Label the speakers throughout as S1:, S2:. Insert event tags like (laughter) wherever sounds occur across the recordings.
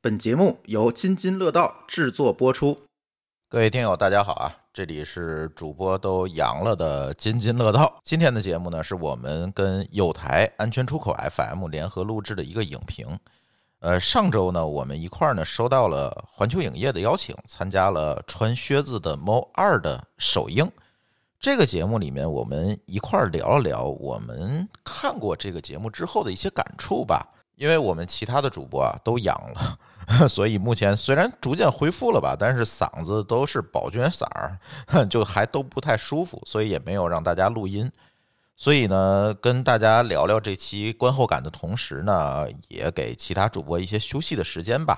S1: 本节目由津津乐道制作播出。
S2: 各位听友，大家好啊！这里是主播都阳了的津津乐道。今天的节目呢，是我们跟友台安全出口 FM 联合录制的一个影评。呃，上周呢，我们一块儿呢收到了环球影业的邀请，参加了《穿靴子的猫二》的首映。这个节目里面，我们一块儿聊了聊我们看过这个节目之后的一些感触吧。因为我们其他的主播啊都阳了， (laughs) 所以目前虽然逐渐恢复了吧，但是嗓子都是宝娟嗓儿， (laughs) 就还都不太舒服，所以也没有让大家录音。所以呢，跟大家聊聊这期观后感的同时呢，也给其他主播一些休息的时间吧。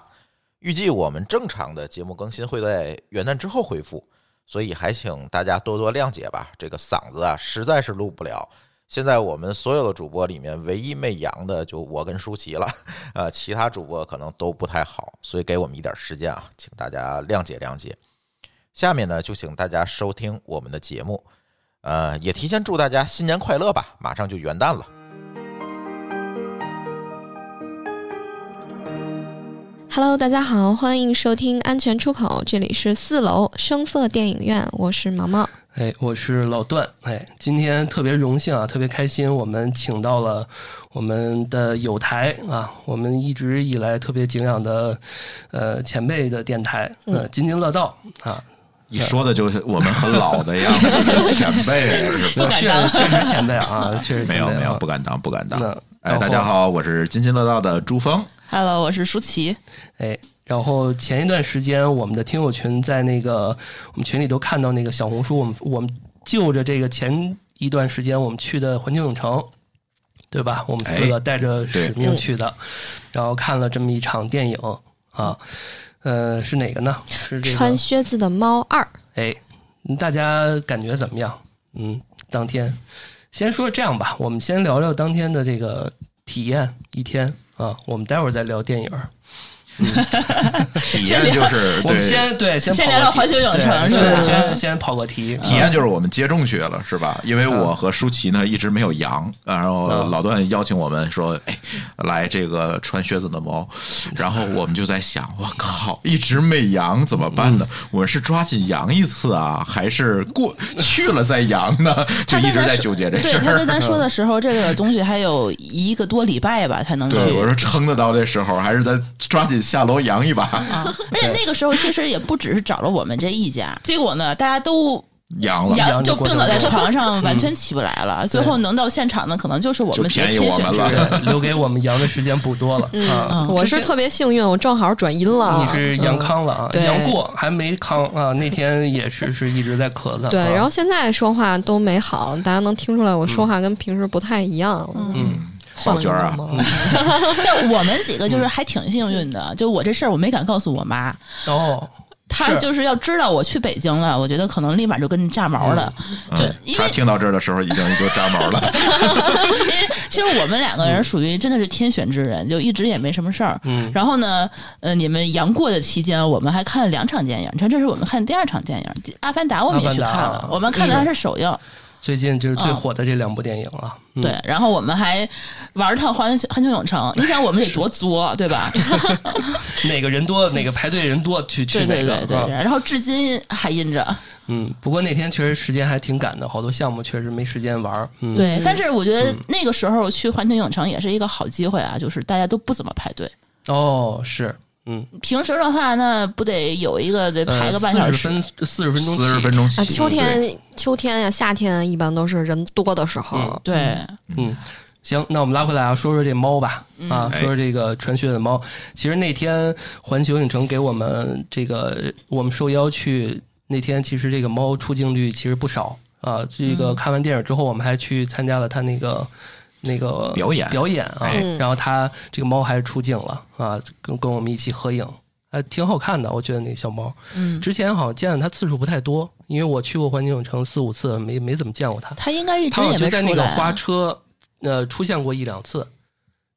S2: 预计我们正常的节目更新会在元旦之后恢复，所以还请大家多多谅解吧。这个嗓子啊，实在是录不了。现在我们所有的主播里面，唯一没阳的就我跟舒淇了，呃，其他主播可能都不太好，所以给我们一点时间啊，请大家谅解谅解。下面呢，就请大家收听我们的节目，呃，也提前祝大家新年快乐吧，马上就元旦了。
S3: Hello，大家好，欢迎收听《安全出口》，这里是四楼声色电影院，我是毛毛。
S4: 哎，我是老段。哎，今天特别荣幸啊，特别开心，我们请到了我们的友台啊，我们一直以来特别敬仰的呃前辈的电台，呃，津津乐道啊。
S2: 一说的就是我们很老的样 (laughs) 子，前辈
S5: (laughs)
S4: 那呃确实确实前辈啊，确实前辈
S2: 没有
S4: 啊
S2: 没有，不敢当不敢当。
S4: 那
S2: 哎，大家。好，我是津津乐道的朱峰。
S5: Hello，我是舒淇。
S4: 哎，然后前一段时间，我们的听友群在那个我们群里都看到那个小红书，我们我们就着这个前一段时间我们去的环球影城，对吧？我们四个带着使命去的，然后看了这么一场电影啊，呃，是哪个呢？是这
S3: 穿
S4: 个
S3: 靴子的猫二，
S4: 哎，大家感觉怎么样？嗯，当天先说这样吧，我们先聊聊当天的这个体验一天啊，我们待会儿再聊电影儿。
S2: 体验就是
S4: 我们
S2: 对，
S4: 先对先
S5: 先
S4: 跑个
S5: 聊聊
S4: 题
S5: 环球影
S4: 对
S5: 城是
S4: 对
S5: 吧？
S4: 先 (laughs) 先跑个题，
S2: 体验就是我们接种去了，是吧？因为我和舒淇呢一直没有阳，啊然后
S4: 嗯
S2: 老段邀请我们说，哎，来这个穿靴子的猫，然后我们就在想，我靠，一直没阳怎么办呢？我是抓紧阳一次啊，还是过去了再阳呢？就一直在纠结这
S5: 对
S2: 事
S5: 他跟
S2: 儿。
S5: 咱说
S2: (laughs)
S5: 的时候，这个东西还有一个多礼拜吧才能去。
S2: 对，我说撑得到这时候，还是咱抓紧下楼阳一把，
S5: 啊，而且那个时候其实也不只是找了我们这一家，结果呢，大家都
S2: 阳了。嗯
S4: 阳
S5: 就
S4: 就过
S5: 病倒在
S4: 程中
S5: 床上，完全起不来了。最后能到现场的，可能就是我
S2: 就
S5: 们这
S2: 便宜
S5: 些
S2: 我们
S5: 选
S2: 了 (laughs)
S5: 手。
S4: 啊对留给我们阳的时间不多了
S5: 嗯
S4: 啊。
S3: 我
S4: 之
S3: 是
S4: 前
S3: 特别幸运，我正好转阴了。
S4: 你是阳康了
S5: 嗯
S4: 啊，
S3: 对
S4: 阳过还没康啊，那天也是是一直在咳嗽
S3: 嗯
S4: 啊。
S3: 对，然后现在说话都没好，大家能听出来我说话跟平时不太一样了。
S4: 嗯，
S3: 换了一
S2: 娟儿啊
S3: 个猫，
S5: 但我们几个就是
S2: 嗯
S5: 还挺幸运的，就我这事儿我没敢告诉我妈，
S4: 哦，
S5: 她
S4: 是
S5: 就是要知道我去北京了，我觉得可能立马就跟你炸毛了。就
S2: 嗯
S5: 因为
S2: 他听到这儿的时候已经就扎毛了。
S5: (laughs) 其实我们两个人属于真的是天选之人，就一直也没什么事儿。
S4: 嗯
S5: 然后呢，呃，你们杨过的期间，我们还看了两场电影，这这是我们看第二场电影，《阿凡达》我们也去看
S4: 阿凡
S5: 了
S4: 达，啊
S5: 我们看的还是首映。
S4: 最近就是最火的这两部电影啊。嗯
S5: 对，，然后我们还玩了趟环环球影城，你想我们得
S4: (laughs)
S5: 多作，对吧？
S4: 哪个人多，哪个排队人多，去去
S5: 对
S4: 哪
S5: 对
S4: 个
S5: 对对。对
S4: 啊。
S5: 然后至今还印着，
S4: 嗯，不过那天确实时间还挺赶的，好多项目确实没时间玩儿。嗯，
S5: 对。但是我觉得那个时候去环球影城也是一个好机会啊，就是大家都不怎么排队。
S4: 哦，是，嗯，呃
S5: 平时的话，那不得有一个得排个半小
S4: 四
S5: 时
S4: 十。分四十分钟起，
S2: 四十分钟起
S3: 啊，，秋
S2: 对
S3: 天、秋天呀、夏天啊一般都是人多的时候。
S4: 嗯
S5: 对，
S4: 嗯，行，那我们拉回来啊，说说这猫吧，啊，
S2: 哎
S4: 说说这个传血的猫。其实那天环球影城给我们这个，我们受邀去那天，其实这个猫出镜率其实不少啊。这
S2: 嗯
S4: 个看完电影之后，我们还去参加了它那个。那个
S2: 表演
S4: 表演啊
S2: 哎，
S4: 然后它这个猫还是出镜了啊，跟跟我们一起合影，还挺好看的，我觉得那小猫。
S5: 嗯，
S4: 之前好像见的它次数不太多，因为我去过环球影城四五次，没没怎么见过它。
S5: 他应该一直
S4: 他好
S5: 也
S4: 像就在
S5: 没
S4: 那
S5: 出
S4: 个
S5: 来。啊
S4: 花车，呃，出现过一两次，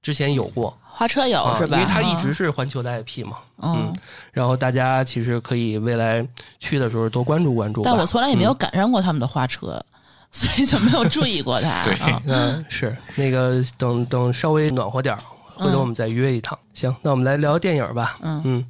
S4: 之前有过，
S5: 花车友、
S4: 啊
S5: 哦是吧？
S4: 因为它一直是环球的 IP 嘛。
S5: 嗯
S4: 嗯，然后大家其实可以未来去的时候多关注关注吧。
S5: 但我从来也
S4: 嗯
S5: 没有赶上过他们的花车， (laughs)
S4: (laughs)
S5: 所以就没有注意过它。
S2: 对
S5: 啊
S4: 嗯是那个等等稍微暖和点儿，
S5: 嗯
S4: 回头我们再约一趟。行，那我们来聊电影吧。
S5: 嗯
S4: 嗯，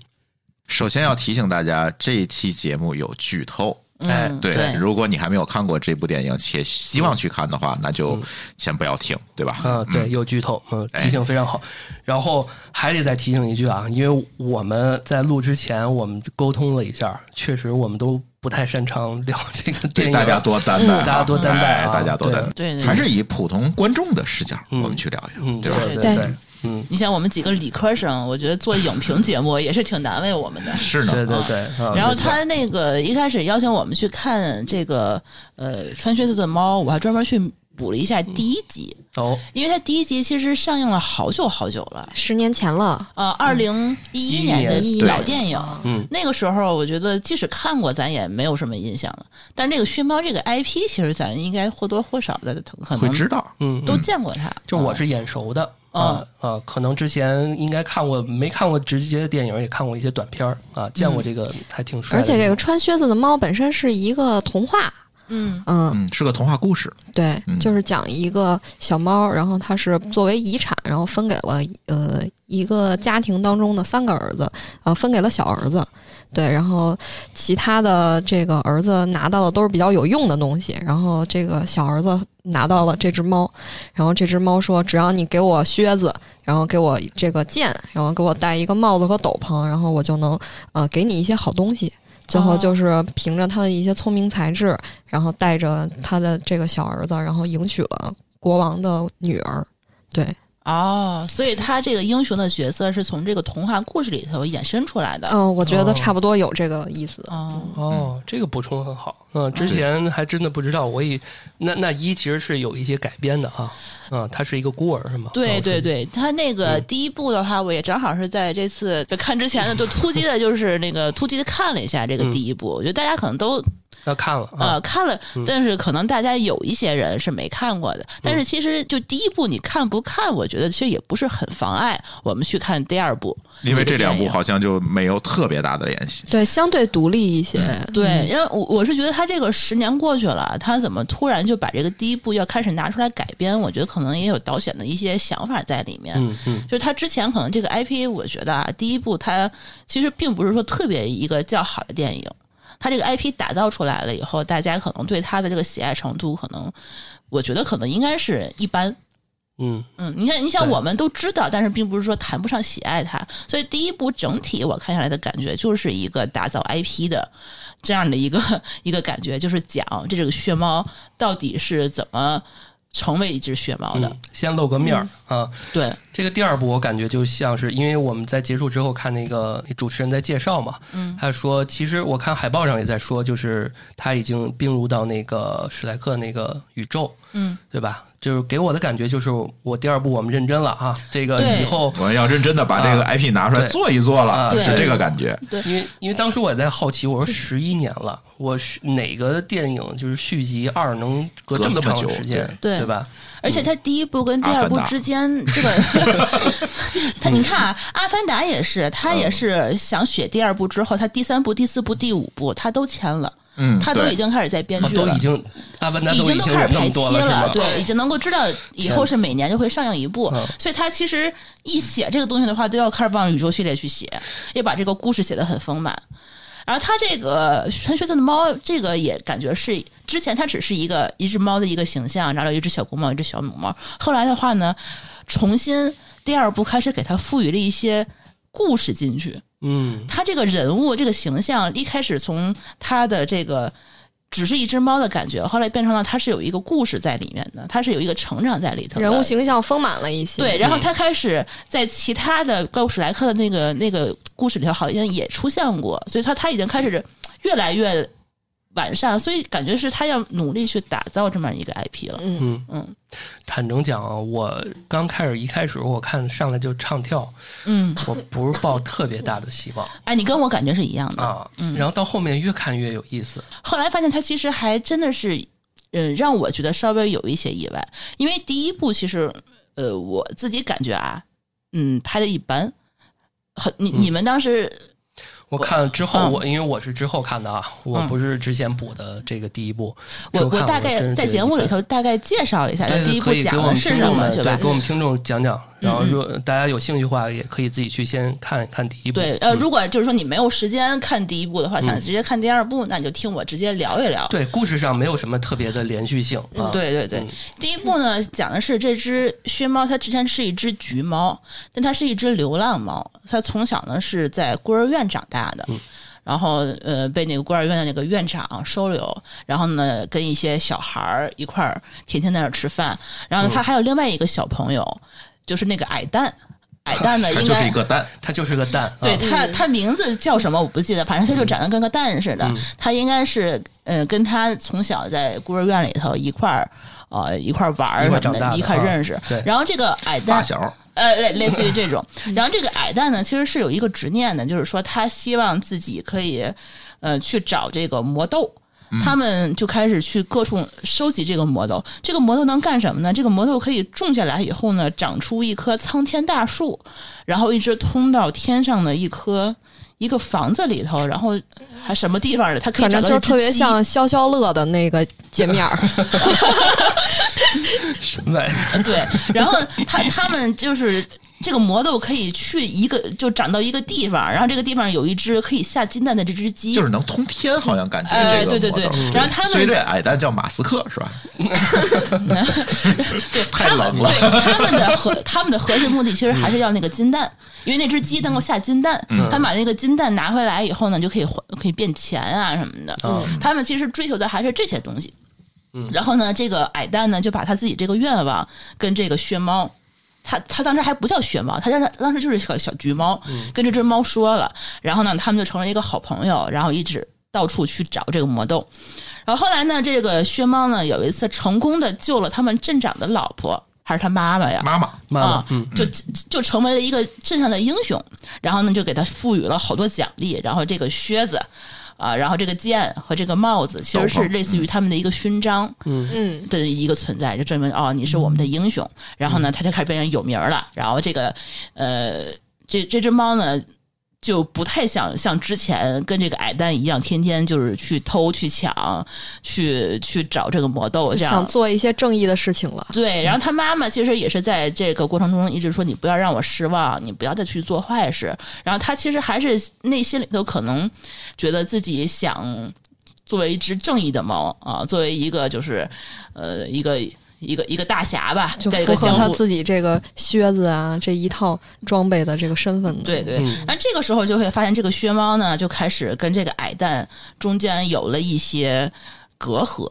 S2: 首先要提醒大家，这一期节目有剧透。
S4: 哎
S5: 嗯
S2: 对，
S5: 对，
S2: 如果你还没有看过这部电影，且希望去看的话，那就
S4: 嗯
S2: 先不要听，对吧？
S4: 啊，对，有剧透，嗯，
S5: 哎
S4: 提醒非常好。然后还得再提醒一句啊，因为我们在录之前我们沟通了一下，确实我们都不太擅长聊这个电
S2: 对，
S4: 影，
S2: 大家多担待啊，
S4: (laughs) 大家多担待啊
S2: 哎大家多担待，
S5: 对对对
S2: 还是以普通观众的视角，
S4: 嗯
S2: 我们去聊一聊，
S4: 嗯，
S2: 对
S4: 对
S2: 吧？
S4: 对
S3: 对
S4: 嗯，
S5: 你像我们几个理科生，我觉得做影评节目也是挺难为我们的。
S2: 是呢，
S4: 对对
S5: 嗯
S4: 对。啊
S5: 然后
S4: 没错
S5: 他那个呃一开始邀请我们去看这个呃《穿靴子的猫》，我还专门去补了一下
S4: 嗯
S5: 第一集，
S4: 哦，
S5: 因为它第一集其实上映了好久好久了，
S3: 十年前了，
S5: 呃，二零一一年的
S4: 11
S3: 年
S5: 老电影。
S4: 嗯
S5: 那个时候，我觉得即使看过，咱也没有什么印象了。但这个薛猫这个 IP，其实咱应该或多或少的可
S2: 会
S5: 能
S2: 知道。
S4: 嗯，
S5: 都见过它。
S4: 就我是眼熟的。啊
S5: 嗯
S4: 啊，可能之前应该看过，没看过直接的电影，也看过一些短片儿啊，见过这个还挺帅
S3: 而
S4: 的。
S3: 且这个穿靴子的猫本身是一个童话，
S5: 嗯
S3: 嗯，
S2: 嗯，是个童话故事，
S3: 对
S2: 嗯，
S3: 就是讲一个小猫，然后它是作为遗产，然后分给了呃一个家庭当中的三个儿子，呃分给了小儿子，对，然后其他的这个儿子拿到的都是比较有用的东西，然后这个小儿子拿到了这只猫，然后这只猫说只要你给我靴子，然后给我这个剑，然后给我戴一个帽子和斗篷，然后我就能呃给你一些好东西。最后就是凭着他的一些聪明才智，然后带着他的这个小儿子，然后迎娶了国王的女儿。对，
S5: 哦，所以他这个英雄的角色是从这个童话故事里头衍生出来的。
S3: 嗯，我觉
S4: 哦
S3: 得差不多有这个意思。
S5: 哦，
S4: 哦，这个补充很好。嗯，之前还真的不知道，我以那那一其实是有一些改编的啊。嗯，他是一个孤儿是吗？
S5: 对
S4: 哦
S5: 对，对，他那个第一部的话，我也正好是在这次的看之前呢，就突击的，就是那个突击的看了一下这个第一部。我觉得大家可能都
S4: 那看了啊
S5: 呃，看了，
S2: 嗯
S5: 但是可能大家有一些人是没看过的。但是其实就第一部你看不看，我觉得其实也不是很妨碍我们去看第二部，
S2: 因为这两部
S5: 好。
S2: 好像就没有特别大的联系。
S3: 对，相对独立一些。
S5: 对，因为我我是觉得他这个十年过去了，他怎么突然就把这个第一部要开始拿出来改编？我觉得可能也有导演的一些想法在里面。
S4: 嗯嗯
S5: 就是他之前可能这个 IP，我觉得啊，第一部它其实并不是说特别一个较好的电影，它这个 IP 打造出来了以后，大家可能对它的这个喜爱程度，可能我觉得可能应该是一般。
S4: 嗯
S5: 嗯，你看，你像
S4: 对
S5: 我们都知道，但是并不是说谈不上喜爱它。所以第一部整体我看下来的感觉就是一个打造 IP 的这样的一个一个感觉，就是讲这这个血猫到底是怎么成为一只血猫的。嗯
S4: 嗯，先露个面儿啊。
S5: 对，
S4: 这个第二部我感觉就像是，因为我们在结束之后看那个主持人在介绍嘛，
S5: 嗯，
S4: 他说其实我看海报上也在说，就是他已经并入到那个史莱克那个宇宙，
S5: 嗯，
S4: 对吧？就是给我的感觉就是，我第二部我们认真了啊，这个
S5: 对
S4: 以后
S2: 我们要认真的把这个 IP 拿出来
S4: 啊对
S2: 做一做了，
S4: 啊
S2: 是
S5: 对
S2: 这个感觉。
S4: 因为因为当时我也在好奇，我说十一年了，我是哪个电影就是续集二能隔
S2: 隔
S4: 这么
S2: 这么
S4: 长
S2: 久
S4: 的时间，
S5: 对
S4: 对吧？
S5: 而
S2: 嗯
S5: 且它第一部跟第二部之间，
S2: (laughs)
S5: 这个 (laughs) 它你看啊，《阿凡达》也是，它也是想写第二部之后，它第三部、第四部、第五部它都签了，
S2: 嗯，
S5: 它都
S2: 对
S5: 已经开始在编
S4: 啊
S5: 剧
S4: 都
S5: 了
S4: 已。经《阿凡达》
S5: 已
S4: 已
S5: 经都
S4: 经
S5: 开
S4: 有
S5: 始
S4: 那
S5: 排
S4: 么
S5: 期
S4: 多了，是吧？
S5: 对，已经能够知道以后是每年就会上映一部
S4: 嗯，
S5: 所以他其实一写这个东西的话，都要开始往宇宙系列去写，也把这个故事写得很丰满。然后他这个穿靴子的猫，这个也感觉是之前它只是一个一只猫的一个形象，然后有一只小公猫，一只小母猫。后来的话呢，重新第二部开始给它赋予了一些故事进去，
S4: 嗯
S5: 他这个人物这个形象，一开始从他的这个只是一只猫的感觉，后来变成了他是有一个故事在里面的，他是有一个成长在里头的
S3: 人物形象丰满了一些。嗯
S5: 对，然后他开始在其他的高史莱克的那个那个故事里头，好像也出现过，所以他他已经开始越来越完善，所以感觉是他要努力去打造这么一个 IP 了。
S3: 嗯，
S4: 嗯，
S5: 嗯
S4: 坦诚讲啊，我刚开始一开始我看上来就唱跳，
S5: 嗯，
S4: 我不是抱特别大的希
S5: (laughs)
S4: 望
S5: 哎，你跟我感觉是一样的。
S4: 啊，然后到后面越看越有意思，
S5: 后来发现他其实还真的是，嗯，让我觉得稍微有一些意外，因为第一部其实，呃，我自己感觉啊，嗯，拍的一般。很，你
S4: 嗯
S5: 你们当时
S4: 我看之后，
S5: 嗯
S4: 我因为我是之后看的啊，我
S5: 嗯
S4: 不是之前补的这个第一部。
S5: 我
S4: 之后看
S5: 大
S4: 真
S5: 概
S4: 是
S5: 在
S4: 觉得
S5: 节目
S4: 一般
S5: 里头大概介绍一下，
S4: 对
S5: 这第
S4: 对，
S5: 一部
S4: 可以给
S5: 讲
S4: 我
S5: 的
S4: 们
S5: 是
S4: 听
S5: 什
S4: 众
S5: 么，
S4: 们
S5: 对
S4: 对，
S5: 吧
S4: 给？我们听众讲讲。然后，
S5: 嗯嗯
S4: 如果大家有兴趣的话，也可以自己去先看看第一部。
S5: 对，呃，
S4: 嗯
S5: 如果就是说你没有时间看第一部的话，想直接看第二部，那你就听我直接聊一聊。
S4: 对故事上没有什么特别的连续性啊。
S2: 嗯
S5: 嗯对对对，第一部呢讲的是这只薛猫，它之前是一只橘猫，但它是一只流浪猫，它从小呢是在孤儿院长大
S2: 嗯
S5: 的。然后，呃，被那个孤儿院的那个院长收留，然后呢，跟一些小孩儿一块儿天天在那儿吃饭。然
S2: 嗯
S5: 后呢他还有另外一个小朋友，就是那个矮蛋，矮蛋
S2: (laughs)
S5: 呢，
S2: 它
S5: 应
S2: 就
S5: 该
S2: 是一个蛋，
S4: 它就是个蛋。
S5: 对
S4: 啊
S5: 他，他名字叫什么我不记得，反正他
S4: 嗯
S5: 就长得跟个蛋似的。他应该是，呃，跟他从小在孤儿院里头一块儿，呃，一块儿玩儿
S4: 一块儿
S5: 什么
S4: 长大
S5: 的，
S4: 的
S5: 一块儿
S4: 啊
S5: 认识。
S4: 对
S5: 然后这个矮
S2: 发
S5: 蛋，
S2: 小，
S5: 呃，类类似于这种。然后这个矮蛋呢，其实是有一个执念的，就是说他希望自己可以，呃，去找这个魔豆。他们就开始去各处收集这个魔豆。这个魔豆能干什么呢？这个魔豆可以种下来以后呢，长出一棵苍天大树，然后一直通到天上的一棵一个房子里头，然后还什么地方的？它可以
S3: 反
S5: 找
S3: 正
S5: 到
S3: 就是
S5: 一只
S3: 特别
S5: 鸡
S3: 像消消乐的那个界面儿，
S4: (laughs) 什么玩意儿？
S5: (laughs) 对，然后他他们就是这个魔豆可以去一个就长到一个地方，然后这个地方有一只可以下金蛋的这只鸡，
S2: 就是能通天，好像感觉
S5: 哎
S2: 这个
S5: 对对对
S2: 魔
S4: 嗯
S2: 豆
S5: 然后他们
S2: 所以这矮蛋叫马斯克是吧？
S5: 对
S2: 太
S5: 他们
S2: 冷了嗯
S5: 对他们的核他们的核心目的其实还是要那个金蛋，因为那只鸡能够下金蛋，他把那个金蛋拿回来以后呢，就可以还可以变钱啊什么的。
S2: 嗯
S5: 他们其实追求的还是这些东西。然后呢，这个矮蛋呢就把他自己这个愿望跟这个薛猫。他他当时还不叫薛猫，他当时当时就是小小橘猫，跟这只猫说了，然后呢，他们就成了一个好朋友，然后一直到处去找这个魔豆，然后后来呢，这个薛猫呢有一次成功的救了他们镇长的老婆，还是他妈妈呀？
S2: 妈妈
S4: 妈妈
S5: 啊，
S4: 嗯，
S5: 就就成为了一个镇上的英雄，然后呢，就给他赋予了好多奖励，然后这个靴子啊，然后这个剑和这个帽子，其实
S2: 斗
S5: 是
S2: 篷
S5: 类似于他们的一个勋章 (laughs)
S3: 嗯，
S5: 的一个存在，就证明哦，你是我们的英雄。然后呢，他就开始变成有名儿了。然后这个呃，这这只猫呢，就不太想像之前跟这个矮蛋一样，天天就是去偷、去抢、去去找这个魔豆
S3: 就
S5: 这样。
S3: 想做一些正义的事情了。
S5: 对，然后他妈妈其实也是在这个过程中一直说你不要让我失望，你不要再去做坏事。然后他其实还是内心里头可能觉得自己想作为一只正义的猫啊，作为一个就是呃一个一个一个大侠吧，
S3: 就
S5: 在一
S3: 符
S5: 个
S3: 合
S5: 江
S3: 他
S5: 湖
S3: 自己这个靴子啊这一套装备的这个身份的。
S5: 对对，那、这个时候就会发现，这个薛猫呢，就开始跟这个矮蛋中间有了一些隔阂。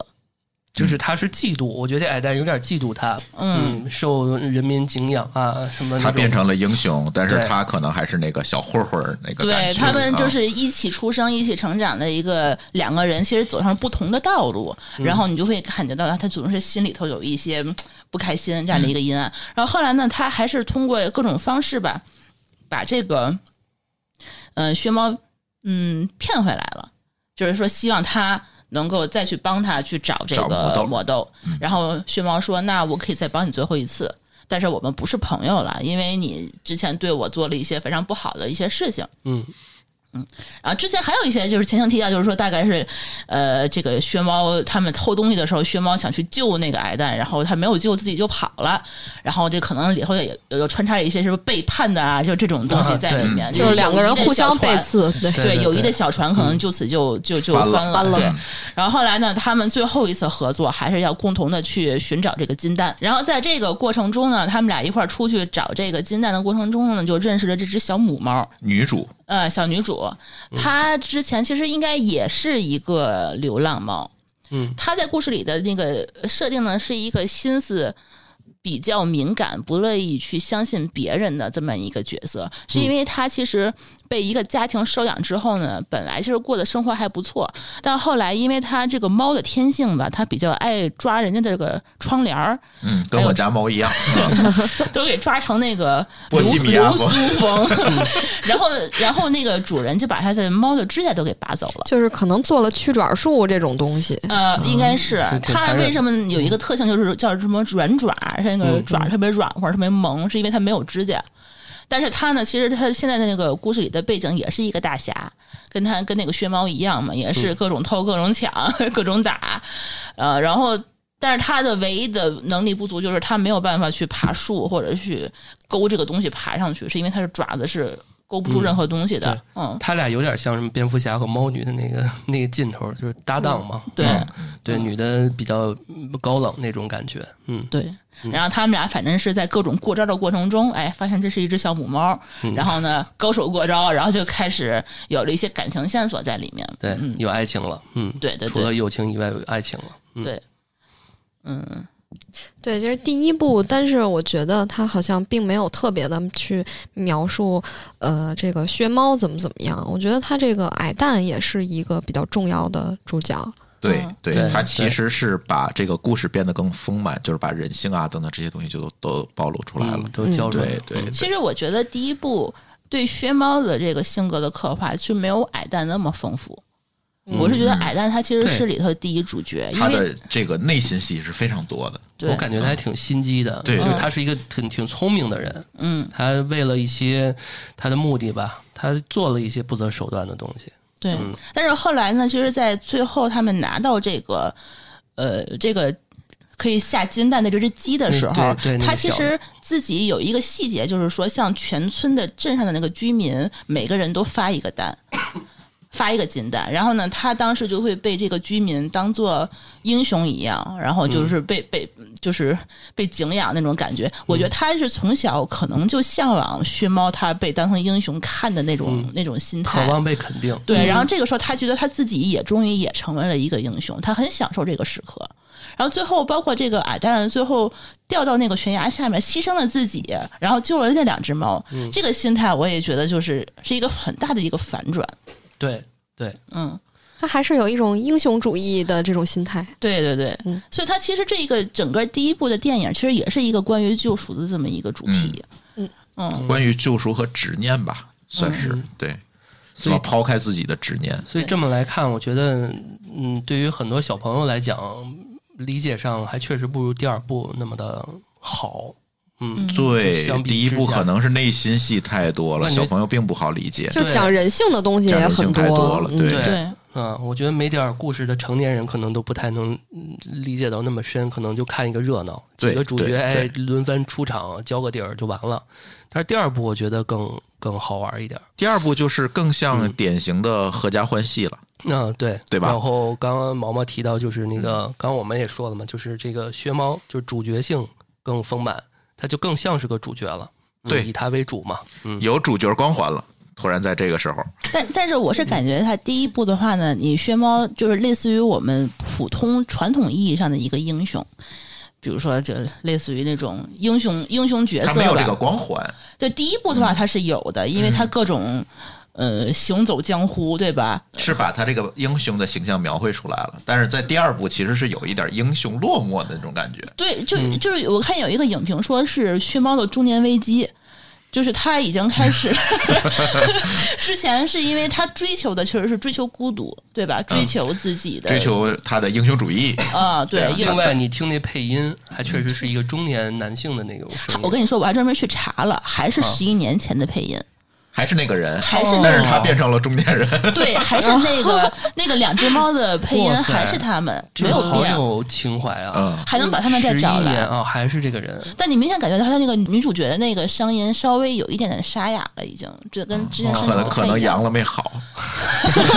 S4: 就是他是嫉妒，我觉得矮蛋有点嫉妒他，
S5: 嗯，
S4: 受人民敬仰啊，什么那种
S2: 他变成了英雄，但是
S4: 对
S2: 他可能还是那个小混混儿那个感
S5: 对
S2: 觉
S5: 他们就
S2: 啊
S5: 是一起出生、一起成长的一个两个人，其实走上不同的道路，
S2: 嗯
S5: 然后你就会感觉到他总是心里头有一些嗯不开心这样的
S2: 嗯
S5: 一个阴暗。然后后来呢，他还是通过各种方式吧，把这个呃薛猫嗯骗回来了，就是说希望他。能够再去帮他去找这
S2: 找魔
S5: 个
S2: 豆嗯
S5: 魔豆，然后薛猫说：“那我可以再帮你最后一次。”但是我们不是朋友了，因为你之前对我做了一些非常不好的一些事情。
S4: 嗯
S5: 然啊后之前还有一些就是前情提要，就是说大概是，呃，这个薛猫他们偷东西的时候，薛猫想去救那个矮蛋，然后他没有救，自己就跑了。然后这可能里头也有穿插了一些什么背叛的啊，就这种东西
S4: 啊
S5: 在
S4: 对
S5: 里面，
S3: 就是是两个人互相背。刺，对，
S5: 对
S4: 对
S5: 友谊的小船可能就此就就就
S2: 翻了嗯
S5: 翻
S3: 翻了
S5: 对，然后后来呢，他们最后一次合作还是要共同的去寻找这个金蛋。然后在这个过程中呢，他们俩一块儿出去找这个金蛋的过程中呢，就认识了这只小母猫。
S2: 女主
S5: 呃，小女主，她之前其实应该也是一个流浪猫。
S4: 嗯，
S5: 她在故事里的那个设定呢，是一个心思比较敏感、不乐意去相信别人的这么一个角色，是因为她其实被一个家庭收养之后呢，本来就是过的生活还不错，但后来因为她这个猫的天性吧，它比较爱抓人家的这个窗帘儿，
S2: 嗯，
S5: 哎
S2: 跟我家猫
S5: (laughs)
S2: 一样，啊
S5: 都给抓成那个
S2: 波
S5: 流
S2: 西米亚
S5: 流
S2: 风
S5: 苏风，
S2: (laughs)
S5: (laughs) 然后然后那个主人就把他的猫的指甲都给拔走了。
S3: 就是可能做了去爪术这种东西，
S5: 呃，应该是
S4: 挺挺
S5: 它
S4: 残忍
S5: 为什么有一个特性，就是叫什么软爪，它那个爪特别软或者特别萌，是因为它没有指甲。但是他呢，其实他现在的那个故事里的背景也是一个大侠，跟他跟那个薛猫一样嘛，也是各种偷、各种抢、 (laughs) 各种打，呃，然后但是他的唯一的能力不足就是他没有办法去爬树或者去勾这个东西爬上去，是因为他的爪子是勾不住任何东西的，嗯，
S4: 他俩有点像什么蝙蝠侠和猫女的那个 (laughs) 那个劲头，就是搭档嘛。
S5: 对
S4: 嗯对，女的比较嗯高冷那种感觉。嗯，
S5: 对。然后他们俩反正是在各种过招的过程中，哎，发现这是一只小母猫，
S4: 嗯
S5: 然后呢高手过招，然后就开始有了一些感情线索在里面。
S4: 对，
S5: 嗯，
S4: 有爱情了。嗯，
S5: 对对
S4: 除
S5: 对
S4: 了友情以外，有爱情了。嗯
S5: 对，嗯，
S3: 对，这是第一部，但是我觉得他好像并没有特别的去描述，呃，这个薛猫怎么怎么样。我觉得他这个矮蛋也是一个比较重要的主角。
S2: 对
S5: 嗯
S2: 对
S4: 对，
S2: 它其实是把这个故事变得更丰满，就是把人性啊等等这些东西就都都暴露出来了
S4: 嗯。都交出来
S2: 对
S4: 了。
S2: 对，
S5: 其实我觉得第一部对薛猫的这个性格的刻画是没有矮蛋那么丰富。
S4: 嗯
S5: 我是觉得矮蛋他其实是里头的第一主角，因
S2: 他
S5: 为
S2: 的这个内心戏是非常多的。
S5: 对
S4: 我，感觉他还挺心机的，
S2: 对
S4: 就是
S5: 嗯
S4: 他是一个挺挺聪明的人，
S5: 嗯，
S4: 他为了一些他的目的吧，他做了一些不择手段的东西。
S5: 对。
S4: 嗯
S5: 但是后来呢，其实，在最后他们拿到这个，呃，这个可以下金蛋的这只鸡的时候
S4: 那嗯对对那，个
S5: 他其
S4: 小的
S5: 实自己有一个细节，就是说，像全村的镇上的那个居民，每个人都发一个
S4: (coughs)
S5: 蛋。发一个金蛋，然后呢，他当时就会被这个居民当做英雄一样，然后就是被、
S4: 嗯
S5: 被就是被敬仰那种感觉。我觉得他是从小可能就向往薛猫，他被当成英雄看的那种、
S4: 嗯
S5: 那种心态，
S4: 渴望被肯定。
S5: 对，然后这个时候他觉得他自己也终于也成为了一个英雄，他很享受这个时刻。然后最后，包括这个矮蛋，最后掉到那个悬崖下面，牺牲了自己，然后救了那两只猫。这个心态，我也觉得就是是一个很大的一个反转。
S4: 对对，
S5: 嗯，
S3: 他还是有一种英雄主义的这种心态。
S5: 对对对，
S3: 嗯
S5: 所以它其实这个整个第一部的电影，其实也是一个关于救赎的这么一个主题。
S3: 嗯
S5: 嗯
S2: 关于救赎和执念吧，算是
S4: 嗯
S2: 对，怎
S4: 所以
S2: 么抛开自己的执念？
S4: 所以这么来看，我觉得，嗯，对于很多小朋友来讲，理解上还确实不如第二部那么的好。嗯，
S2: 对
S4: 相，比
S2: 第一
S4: 之
S2: 部
S4: 下
S2: 可能是内心戏太多了，
S4: 感觉
S2: 小朋友并不好理解。
S3: 就是讲人性的东西
S2: 讲
S3: 也
S2: 人性
S3: 很
S2: 太多了
S3: 嗯
S2: 对
S4: 对
S5: 对
S4: 啊，我觉得没点儿故事的成年人可能都不太能嗯理解到那么深，可能就看一个热闹，几
S2: 对
S4: 个主角
S2: 对
S4: 哎轮番出场，交个底儿就完了。但是第二部我觉得更更好玩一点儿。
S2: 第二部就是更像典型的合家欢戏了。
S4: 嗯，对
S2: 对吧嗯
S4: 然后刚刚毛毛提到就是那个，刚刚我们也说了嘛，就是这个薛猫就是主角性更丰满，他就更像是个主角了，嗯
S2: 对
S4: 以他为主嘛。嗯，
S2: 有主角光环了，突然在这个时候，
S5: 但但是我是感觉它第一部的话呢，你薛猫就是类似于我们普通传统意义上的一个英雄，比如说就类似于那种英雄英雄角
S2: 他
S5: 色
S2: 没有这个嗯
S5: 吧。嗯
S2: 光环，
S5: 对第一部的话，它是有的，因为它各种呃行走江湖，对吧？
S2: 是把他这个英雄的形象描绘出来了。但是在第二部其实是有一点英雄落寞的那种感觉。
S5: 对，就
S2: 嗯
S5: 就是我看有一个影评说是薛猫的中年危机。就是他已经开
S2: (laughs)
S5: 始， (laughs) 之前是因为他追求的确实是追求孤独，对吧？追求自己的、
S2: 嗯追求他的英雄主义，
S5: 啊，对，
S2: 对
S5: 因为
S4: 另外你听那配音，还确实是一个中年男性的那种声音。
S5: 我跟你说，我还专门去查了，还
S4: 啊
S5: 是十一年前的配音，
S2: 还是那个人，
S5: 还是那
S2: 但
S5: 个
S2: 是他变成了中年人。
S5: 对，还是那个 (laughs) 那个两只猫的配音，
S4: 啊哇塞
S5: 还是他们，
S4: 这
S5: 没
S4: 个
S5: 有
S4: 好
S5: 变，
S4: 有情怀啊！
S2: 嗯，
S5: 还能把他们再找
S4: 11年
S5: 来。
S4: 啊，还是这个人。
S5: (laughs) 但你明显感觉到他那个女主角的那个声音稍微有一点点沙哑了，已经，这跟之
S4: 啊
S5: 前声
S2: 嗯可
S5: 音
S2: 能
S5: 不
S2: 可
S5: 太
S2: 能
S5: 一样
S2: 阳。了没好，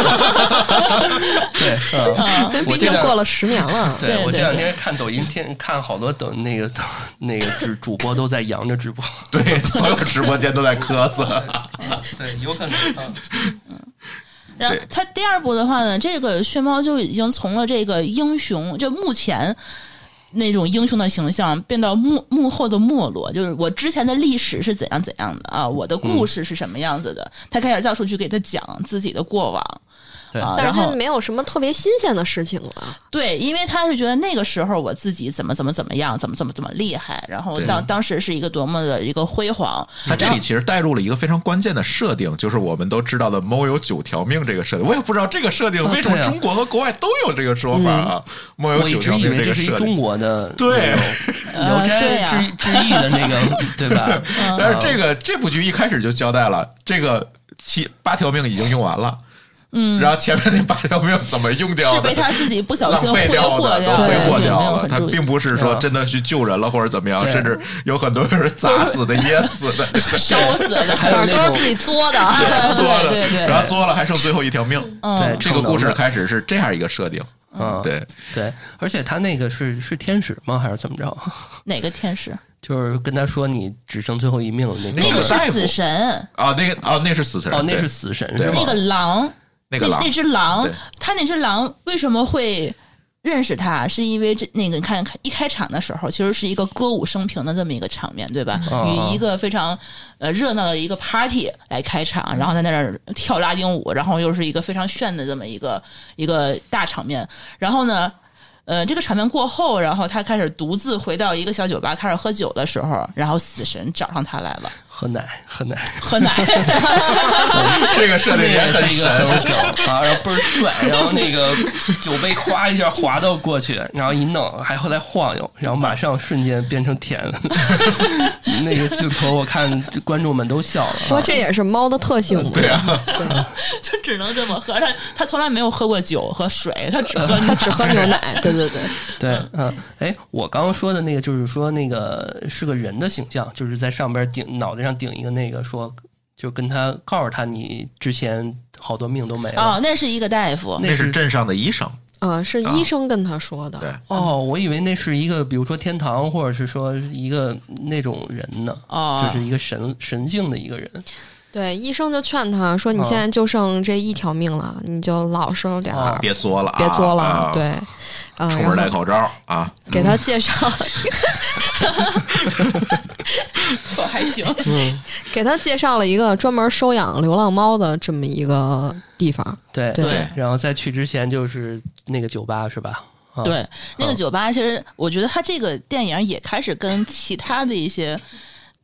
S4: 对，嗯，
S3: 因为毕
S4: 我这
S3: 竟
S4: 两
S3: 过了十年了。
S4: 对
S5: 啊对
S4: 我这两
S5: 对
S4: 天看抖音，天看好多抖那个那个主主播都在扬着直播。
S2: 对，所有直播间都在咳嗽。
S4: 对，有可能。
S5: 嗯
S4: 啊
S5: 然后
S2: 对
S5: 他第二部的话呢，这个血猫就已经从了这个英雄，就目前。那种英雄的形象变到幕幕后的没落，就是我之前的历史是
S2: 嗯
S5: 怎样怎样的啊，我的故事是什么样子的，他开始到处去给他讲自己的过往，
S4: 对
S5: 啊，
S3: 但是
S5: 然
S3: 他
S5: 后
S3: 没有什么特别新鲜的事情了。
S5: 对，因为他是觉得那个时候我自己怎么怎么怎么样，怎么怎么怎么厉害，然后
S2: 对
S5: 当当时是一个多么的一个辉煌，
S2: 他这里其实带入了一个非常关键的设定，就是我们都知道的“猫有九条命”这个设定。我也不知道这个设定
S5: 哦
S4: 啊
S2: 为什么
S4: 对啊
S2: 中国和国外都有这个说法啊，“
S5: 嗯
S2: 猫有
S4: 我一
S2: 九
S4: 直
S2: 条
S4: 以
S2: 命”
S4: 为
S2: 这
S4: 这
S2: 个
S4: 是一
S2: 设
S4: 中
S2: 定。
S4: 国的
S2: 对
S4: 那
S5: (laughs)
S4: 种聊
S5: 呃对呀
S4: 斋志志异的那个，对
S5: (laughs)
S4: 吧？
S2: 嗯但
S5: 嗯
S2: 是这个这部剧一开始就交代了，这个七八条命已经用完了，嗯，然后前面那八条命怎么用掉
S5: 是
S2: 的？
S5: 被他自己不小
S2: 浪
S5: 心挥
S2: 费掉
S5: 霍
S2: 的，
S5: 掉
S2: 都
S5: 了，
S2: 挥
S5: 对对
S2: 霍
S5: 没有
S2: 掉了。
S5: 很
S2: 他
S5: 注意
S2: 并不是说
S4: 对
S2: 真的去救人了或者怎么样，
S4: 对
S2: 甚至有很多人砸
S5: (laughs)
S2: 死的、噎死的、
S4: 呃
S2: (laughs)
S5: 烧死的，
S4: 还有
S3: 反正
S4: 那
S3: 都
S4: 种
S3: 是自己作的，
S2: 作
S5: 对对，
S2: 的
S5: 对
S2: 然后作了还剩最后一条命。
S4: 对
S5: 嗯，
S2: 这个故事
S4: 成龙的
S2: 开始是这样一个设定，
S4: 嗯，
S2: 对，
S4: 对，而且他那个是是天使吗？还是怎么着？ (laughs)
S5: 哪个天使？
S4: 就是跟他说你只剩最后一命的那
S2: 那
S5: 那
S2: 个
S5: 个
S4: 个。
S5: 是
S2: 大夫
S5: 死神，
S2: 啊，那个啊，那是死神，
S4: 哦，那
S2: 对
S4: 是死神
S2: 对
S4: 是吗
S5: 那个？狼，
S2: 啊那个狼
S5: 那，只狼
S2: 对，
S5: 他那只狼为什么会认识他？是因为这那个你看一开场的时候，其实是一个歌舞升平的这么一个场面，对吧？
S4: 嗯
S2: 啊
S5: 以一个非常呃热闹的一个 party 来开场，然后在那儿跳拉丁舞，然后又是一个非常炫的这么一个一个大场面。然后呢，呃，这个场面过后，然后他开始独自回到一个小酒吧开始喝酒的时候，然后死神找上他来了，
S4: 喝奶，喝奶，
S5: 喝奶。
S2: (laughs) 这个设定
S4: 那
S2: 也
S4: 个
S2: 很
S4: 是一个很
S2: 神。
S4: 有梗啊，然后倍儿
S2: (laughs)
S4: 帅，然后那个酒杯咵一下滑到过去，然后一弄还后来晃悠，然后马上瞬间变成甜的。 (laughs) 那个镜头我看观众们都笑了
S3: 不
S4: 啊、
S3: 过这也是猫的特性嘛。
S2: 对啊，
S5: 就只能这么喝。他他从来没有喝过酒和水，他只喝
S3: (laughs) 只喝牛奶，对对对，
S4: 对，嗯，哎，我刚刚说的那个就是说那个是个人的形象，就是在上边顶脑袋上顶一个那个说，就跟他告诉他你之前好多命都没了。
S5: 哦，那是一个大夫，
S4: 那是
S2: 镇上的医生，
S3: 啊，是
S2: 啊
S3: 医生跟他说的，
S2: 对
S4: 哦，我以为那是一个，比如说天堂，或者是说一个那种人呢，
S5: 哦，
S4: 就是一个神神性的一个人。
S3: 对，医生就劝他说：“你现在就剩这一条命了，你就老实点儿，
S4: 啊
S2: 别作了啊，
S3: 别作了。
S2: 啊，
S3: 对，呃，
S2: 出门
S3: 然
S2: 戴
S3: 后
S2: 口罩啊，
S4: 嗯
S3: 给他介
S2: (laughs)
S3: 绍，
S5: 我还行。
S4: 嗯，
S3: 给他介绍了一个专门收养流浪猫的这么一个地
S2: (laughs)
S3: 方。
S4: 对
S3: 对
S4: 然后在去之前就是那个酒吧是吧？啊、
S5: 对，那个
S4: 嗯
S5: 酒吧，其实我觉得他这个电影也开始跟其他的一些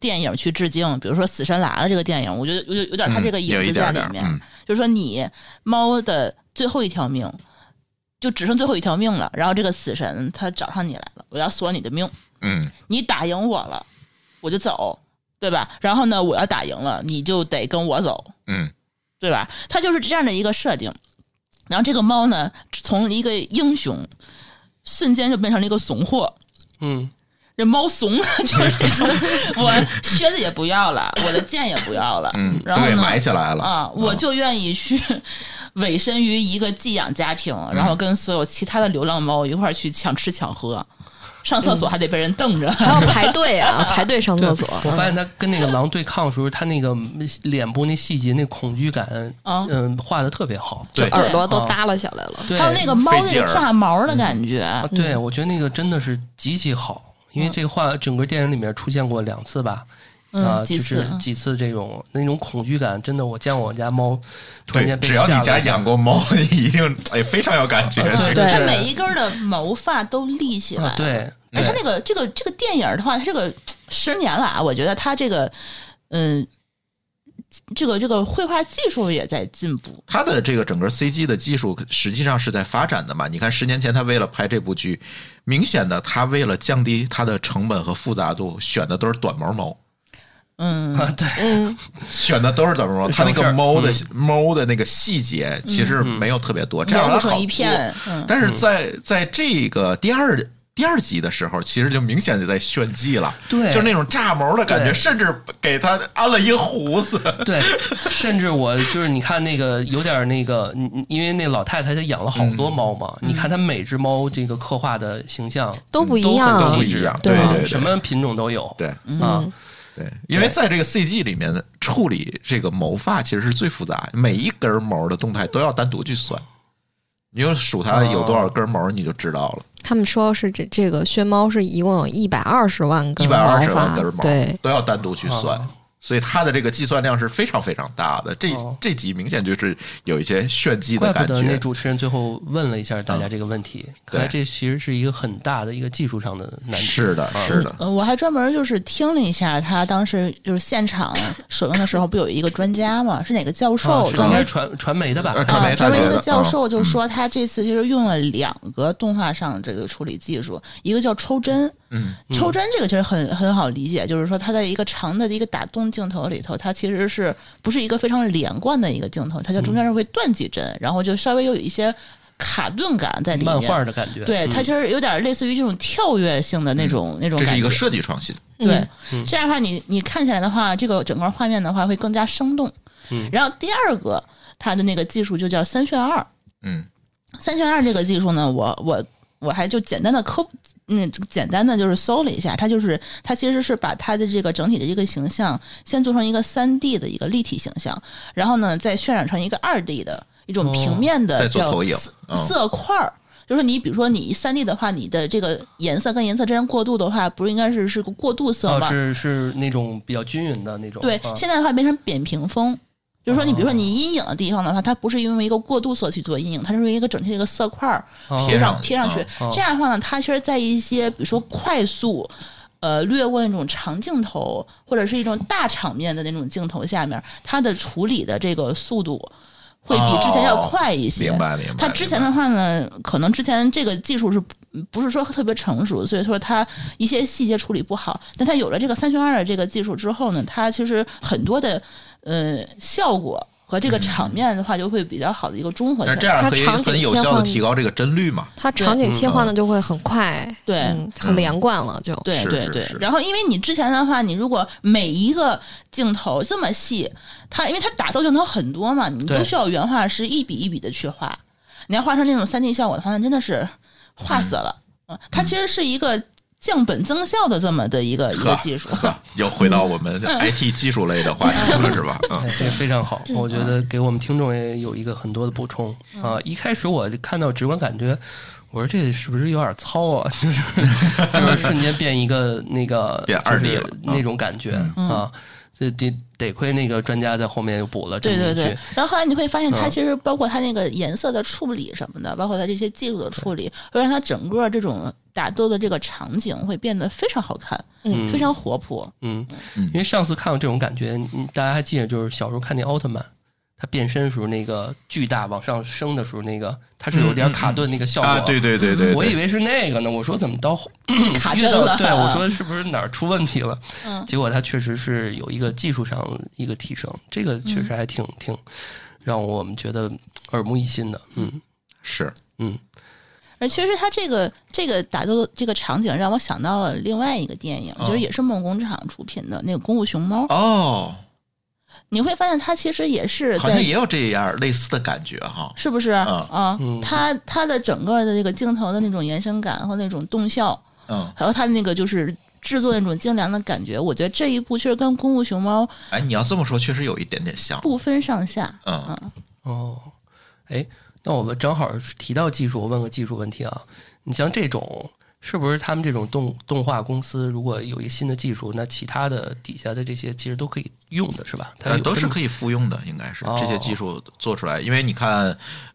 S5: 电影去致敬，比如说《死神来了》这个电影，我觉得有有有点他这个
S2: 嗯
S5: 影
S2: 有一
S5: 子
S2: 点
S5: 在里
S2: 儿点儿
S5: 面，
S2: 嗯
S5: 就是说你猫的最后一条命。就只剩最后一条命了，然后这个死神他找上你来了，我要索你的命，
S2: 嗯，
S5: 你打赢我了，我就走，对吧？然后呢，我要打赢了，你就得跟我走，
S2: 嗯，
S5: 对吧？它就是这样的一个设定。然后这个猫呢，从一个英雄瞬间就变成了一个怂货。
S4: 嗯，
S5: 这猫怂了， (laughs) 就是这
S2: (laughs)
S5: 种我靴子也不要了，我的剑也不要了，
S2: 嗯，
S5: 然
S2: 都
S5: 后
S2: 给
S5: 呢
S2: 埋起来了
S5: 啊，我就愿意去委身于一个寄养家庭，
S2: 嗯
S5: 然后跟所有其他的流浪猫一块儿去抢吃抢喝，上厕所还得被人瞪着。
S3: 还要排队啊，排队上厕所。
S4: 我发现他跟那个狼对抗的时候，他那个脸部那细节、那恐惧感，
S5: 啊
S4: 嗯，画的特别好。
S2: 对
S3: 耳朵都耷拉下来了。
S4: 对，
S5: 还有那个嗯猫
S2: 费
S5: 那
S2: 劲
S5: 个
S2: 儿
S5: 炸毛的感觉，
S4: 啊，对，我觉得那个真的是极其好，因为这个画整个电影里面出现过两次吧，
S5: 嗯
S4: 啊，
S5: 几
S4: 就
S5: 次
S4: 是几次这种那种恐惧感，真的，我见过我家猫突然
S2: 对，
S4: 间被
S2: 只要你
S4: 吓
S2: 家
S4: 了一下
S2: 养过猫， (laughs) 你一定哎非常有感觉。
S4: 啊对
S2: 这个
S5: 它
S4: 对
S5: 每一根儿的毛发都立起来。
S4: 啊，对，
S5: 而它
S4: 对
S5: 那个这个这个电影儿的话，它这个十年了啊，我觉得它这个嗯，这个这个绘画技术也在进步。
S2: 它的这个整个 CG 的技术实际上是在发展的嘛？你看十年前他为了拍这部剧，明显的他为了降低它的成本和复杂度，选的都是短毛猫，
S4: (laughs)
S5: 嗯，
S4: 啊，对，
S3: 嗯，
S2: 选的都是短毛猫。它那
S4: 省事
S2: 个
S4: 儿
S2: 猫的、猫的那个细节其实没有特别多，这样
S5: 揉
S2: 它
S5: 成
S2: 好
S5: 一片
S2: 做。，
S5: 嗯，
S2: 但是在在这个第二第二集的时候，其实就明显的在炫技了，
S4: 对
S2: 就是那种炸毛的感觉，
S4: 对
S2: 甚至给它安了一胡子。
S4: 对，甚至我就是你看那个有点那个，你你因为那老太太她养了好多
S2: 嗯
S4: 猫嘛，你看她每只猫这个刻画的形象
S3: 都不一
S4: 很
S3: 样
S4: 细
S2: 都不一
S4: 致
S2: 样
S3: 对
S4: 啊
S2: 对对对
S4: 什么品种都有，
S2: 对，嗯
S4: 啊，
S2: 对，因为在这个 CG 里面处理这个毛发其实是最复杂，每一根毛的动态都要单独去算。你就数它有多少根毛，你就知道了。
S3: 他们说是这这个薛猫是一共有一百二十万
S2: 一
S3: 根
S2: 百
S3: 毛
S2: 二十万
S3: 发
S2: 根毛，
S3: 对，
S2: 都要单独去算
S4: 啊。
S2: 所以它的这个计算量是非常非常大的。这、
S4: 哦
S2: 这集明显就是有一些炫技的
S4: 怪不
S2: 感
S4: 得那
S2: 觉。嗯
S4: 主持人最后问了一下大家这个问题，看来这其实是一个很大的一个技术上的难题。
S2: 是的，
S4: 啊
S2: 是的，
S5: 呃，我还专门就是听了一下他当时就是现场 (laughs) 使用的时候，不有一个专家嘛，是哪个教
S4: 啊
S5: 授
S4: 是
S5: 专
S4: 应
S5: 门
S4: 该传传媒的吧？
S2: 呃
S5: 啊，
S2: 传媒大
S5: 专门
S2: 学
S5: 一个
S2: 的
S5: 教授就
S2: 嗯
S5: 说，他这次就是用了两个动画上这个处理技术，一个叫抽帧，
S2: 嗯，
S5: 抽帧这个其实很很好理解，就是说它在一个长的一个打动镜头里头，它其实是不是一个非常连贯的一个镜头，它就中间是会断几帧，然后就稍微有一些卡顿感在里面。
S4: 漫画的感觉。嗯
S5: 对，它其实有点类似于这种跳跃性的那种、那种
S2: 嗯这
S5: 感觉。
S2: 是一个设计创新。
S5: 对
S3: 嗯，
S5: 这样的话你，你看起来的话，这个整个画面的话会更加生动。
S4: 嗯
S5: 然后第二个，它的那个技术就叫三选二。
S2: 嗯，
S5: 三选二这个技术呢，我我我还就简单的科普，嗯，简单的就是搜了一下，它就是它其实是把它的这个整体的这个形象先做成一个三 D 的一个立体形象，然后呢再渲染成一个二 D 的一种平面的
S2: 在哦做
S5: 叫
S2: 投影
S5: 色
S2: 嗯
S5: 色块儿。就是你，比如说你三 D 的话，你的这个颜色跟颜色之间过渡的话，不是应该是是个过渡色
S4: 哦，
S5: 吗？
S4: 是是那种比较均匀的那种。
S5: 对，
S4: 啊
S5: 现在的话变成扁平风，就是说你比如说你阴影的地方的话，它不是因为一个过渡色去做阴影，它是一个整体的一个色块儿
S4: 哦
S2: 贴上
S5: 贴上去。
S4: 哦
S5: 这样的话呢，它其实在一些比如说快速。呃，略过那种长镜头或者是一种大场面的那种镜头下面，它的处理的这个速度会比之前要快一些。
S2: 明白明白。
S5: 它之前
S2: 明
S5: 的
S2: 白
S5: 话呢，可能之前这个技术是不不是说特别成熟，所以说它一些细节处理不好。但它有了这个三选二的这个技术之后呢，它其实很多的呃效果和这个场面的话，就会比较好的一个综合起
S2: 嗯那
S5: 来。
S2: 这样可以
S3: 它场景
S2: 很有效的提高这个帧率嘛？
S3: 它场景切换的就会很快，
S5: 对
S3: 嗯，很连贯了就。
S5: 对
S2: 是
S5: 对
S2: 是
S5: 对
S2: 是，
S5: 然后因为你之前的话，你如果每一个镜头这么细，它因为它打斗镜头很多嘛，你都
S4: 对
S5: 需要原画师一笔一笔的去画。你要画成那种三 D 效果的话，那真的是画死了。嗯，它其实是一个降本增效的这么的一个一个
S2: 呵
S5: 技术。 (laughs)
S2: 呵，又回到我们 IT 技术类的话题了，是吧？嗯
S4: 哎，这个非常好，
S5: 嗯
S4: 我觉得给我们听众也有一个很多的补充啊。一开始我看到直观感觉，我说这是不是有点糙啊？ (laughs)
S2: (laughs)
S4: 就是就是瞬间变一个那个
S2: 变二 D 了嗯
S4: 就是那种感觉
S5: 嗯
S4: 啊。这得得亏那个专家在后面又补了这
S5: 对
S4: 么
S5: 对
S4: 一
S5: 对
S4: 句，，
S5: 然后后来你会发现，它
S4: 嗯
S5: 其实包括它那个颜色的处理什么的，包括它这些技术的处理，会让它整个这种打斗的这个场景会变得非常好看，
S3: 嗯
S5: 非常活泼。
S4: 嗯，
S2: 嗯
S4: 因为上次看到这种感觉，嗯大家还记得就是小时候看那奥特曼。他变身的时候，那个巨大往上升的时候，那个它是有点卡顿那个效果，
S2: 啊，对对对对，
S4: 嗯我以
S2: 为
S4: 为是那个呢，我说怎么
S5: (clears throat)
S4: 到后
S5: 卡
S4: 遇
S5: 针
S4: 到
S5: 了
S4: 对，我说是不是哪儿出问题了？
S5: 嗯
S4: 结果它确实是有一个技术上一个提升，这个确实还挺、
S5: 嗯
S4: 挺让我们觉得耳目一新的。嗯
S2: 是
S4: 嗯，
S5: 而其实他这个这个打斗的这个场景让我想到了另外一个电影，
S2: 哦
S5: 就是也是梦工厂出品的那个《功夫熊猫》。
S2: 哦，
S5: 你会发现它其实也是
S2: 好像
S5: 在
S2: 也有这样类似的感觉哈。
S5: 是不是啊
S4: 嗯？
S5: 它它的整个的这个镜头的那种延伸感和那种动效，
S2: 嗯，
S5: 还有它的那个就是制作那种精良的感觉，我觉得这一部确实跟《功夫熊猫》
S2: 哎，你要这么说，确实有一点点像。
S5: 不分上下。啊
S2: 嗯，
S4: 哦，哎，那我们正好提到技术，我问个技术问题啊，你像这种。是不是他们这种动动画公司，如果有一个新的技术，那其他的底下的这些其实都可以用的，是吧？它
S2: 呃
S4: 有
S2: 都
S4: 这
S2: 是
S4: 么
S2: 可以复用的，应该是
S4: 哦
S2: 这些技术做出来。因为你看，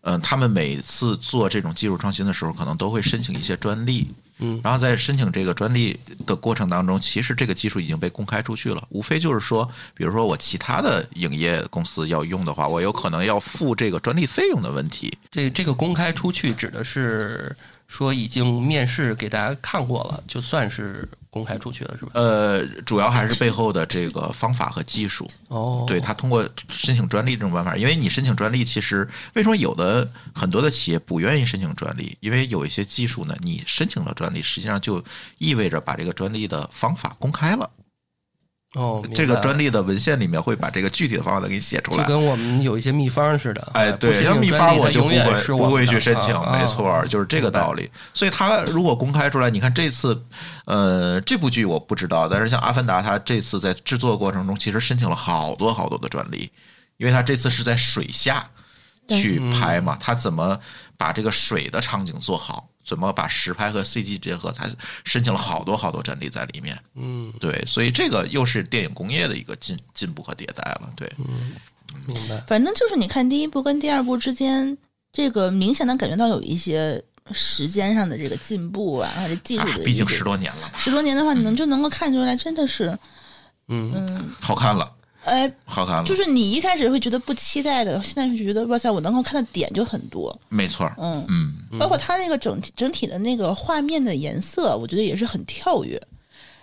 S2: 嗯、他们每次做这种技术创新的时候，可能都会申请一些专利。
S4: 嗯
S2: 然后在申请这个专利的过程当中，其实这个技术已经被公开出去了，无非就是说，比如说我其他的影业公司要用的话，我有可能要付这个专利费用的问题。
S4: 这这个公开出去指的是说已经面试给大家看过了，就算是公开出去了，是吧？
S2: 呃，主要还是背后的这个方法和技术。
S4: 哦，
S2: 对，他通过申请专利这种办法，因为你申请专利，其实为什么有的很多的企业不愿意申请专利？因为有一些技术呢，你申请了专利，实际上就意味着把这个专利的方法公开了。
S4: 哦，明白
S2: 这个专利的文献里面会把这个具体的方法都给你写出
S4: 就
S2: 来。
S4: 跟我们有一些秘方似的，啊
S2: 哎，
S4: 不
S2: 对，
S4: 是
S2: 像
S4: 用
S2: 秘
S4: 专
S2: 方
S4: 利
S2: 我
S4: 它
S2: 就不
S4: 永远
S2: 会
S4: 是
S2: 不
S4: 我
S2: 会
S4: 们
S2: 去
S4: 的
S2: 申请，
S4: 啊
S2: 没错儿，就是这个道理。所以它如果公开出来，你看这次，呃，这部剧我不知道，但是像《阿凡达》，它这次在制作过程中其实申请了好多好多的专利，因为它这次
S4: 嗯
S2: 是在水下去拍嘛，它怎么把这个水的场景做好？怎么把实拍和 CG 结合，他申请了好多好多专利在里面。
S4: 嗯，
S2: 对，所以这个又是电影工业的一个进进步和迭代了。对，
S4: 明白。
S5: 反正就是你看第一部跟第二部之间，这个明显的感觉到有一些时间上的这个进步啊，还是技术
S2: 啊
S5: 的一个进步、
S2: 毕竟十多年了嘛，
S5: 十多年的话，你能就能够看出来，真的是，
S4: 嗯，
S5: 嗯，
S2: 好看了，
S5: 哎，
S2: 好看了，
S5: 就是你一开始会觉得不期待的，现在就觉得哇塞，我能够看的点就很多，
S2: 没错儿。
S5: 嗯，
S2: 嗯，
S5: 包括它那个整体整体的那个画面的颜色，我觉得也是很跳跃，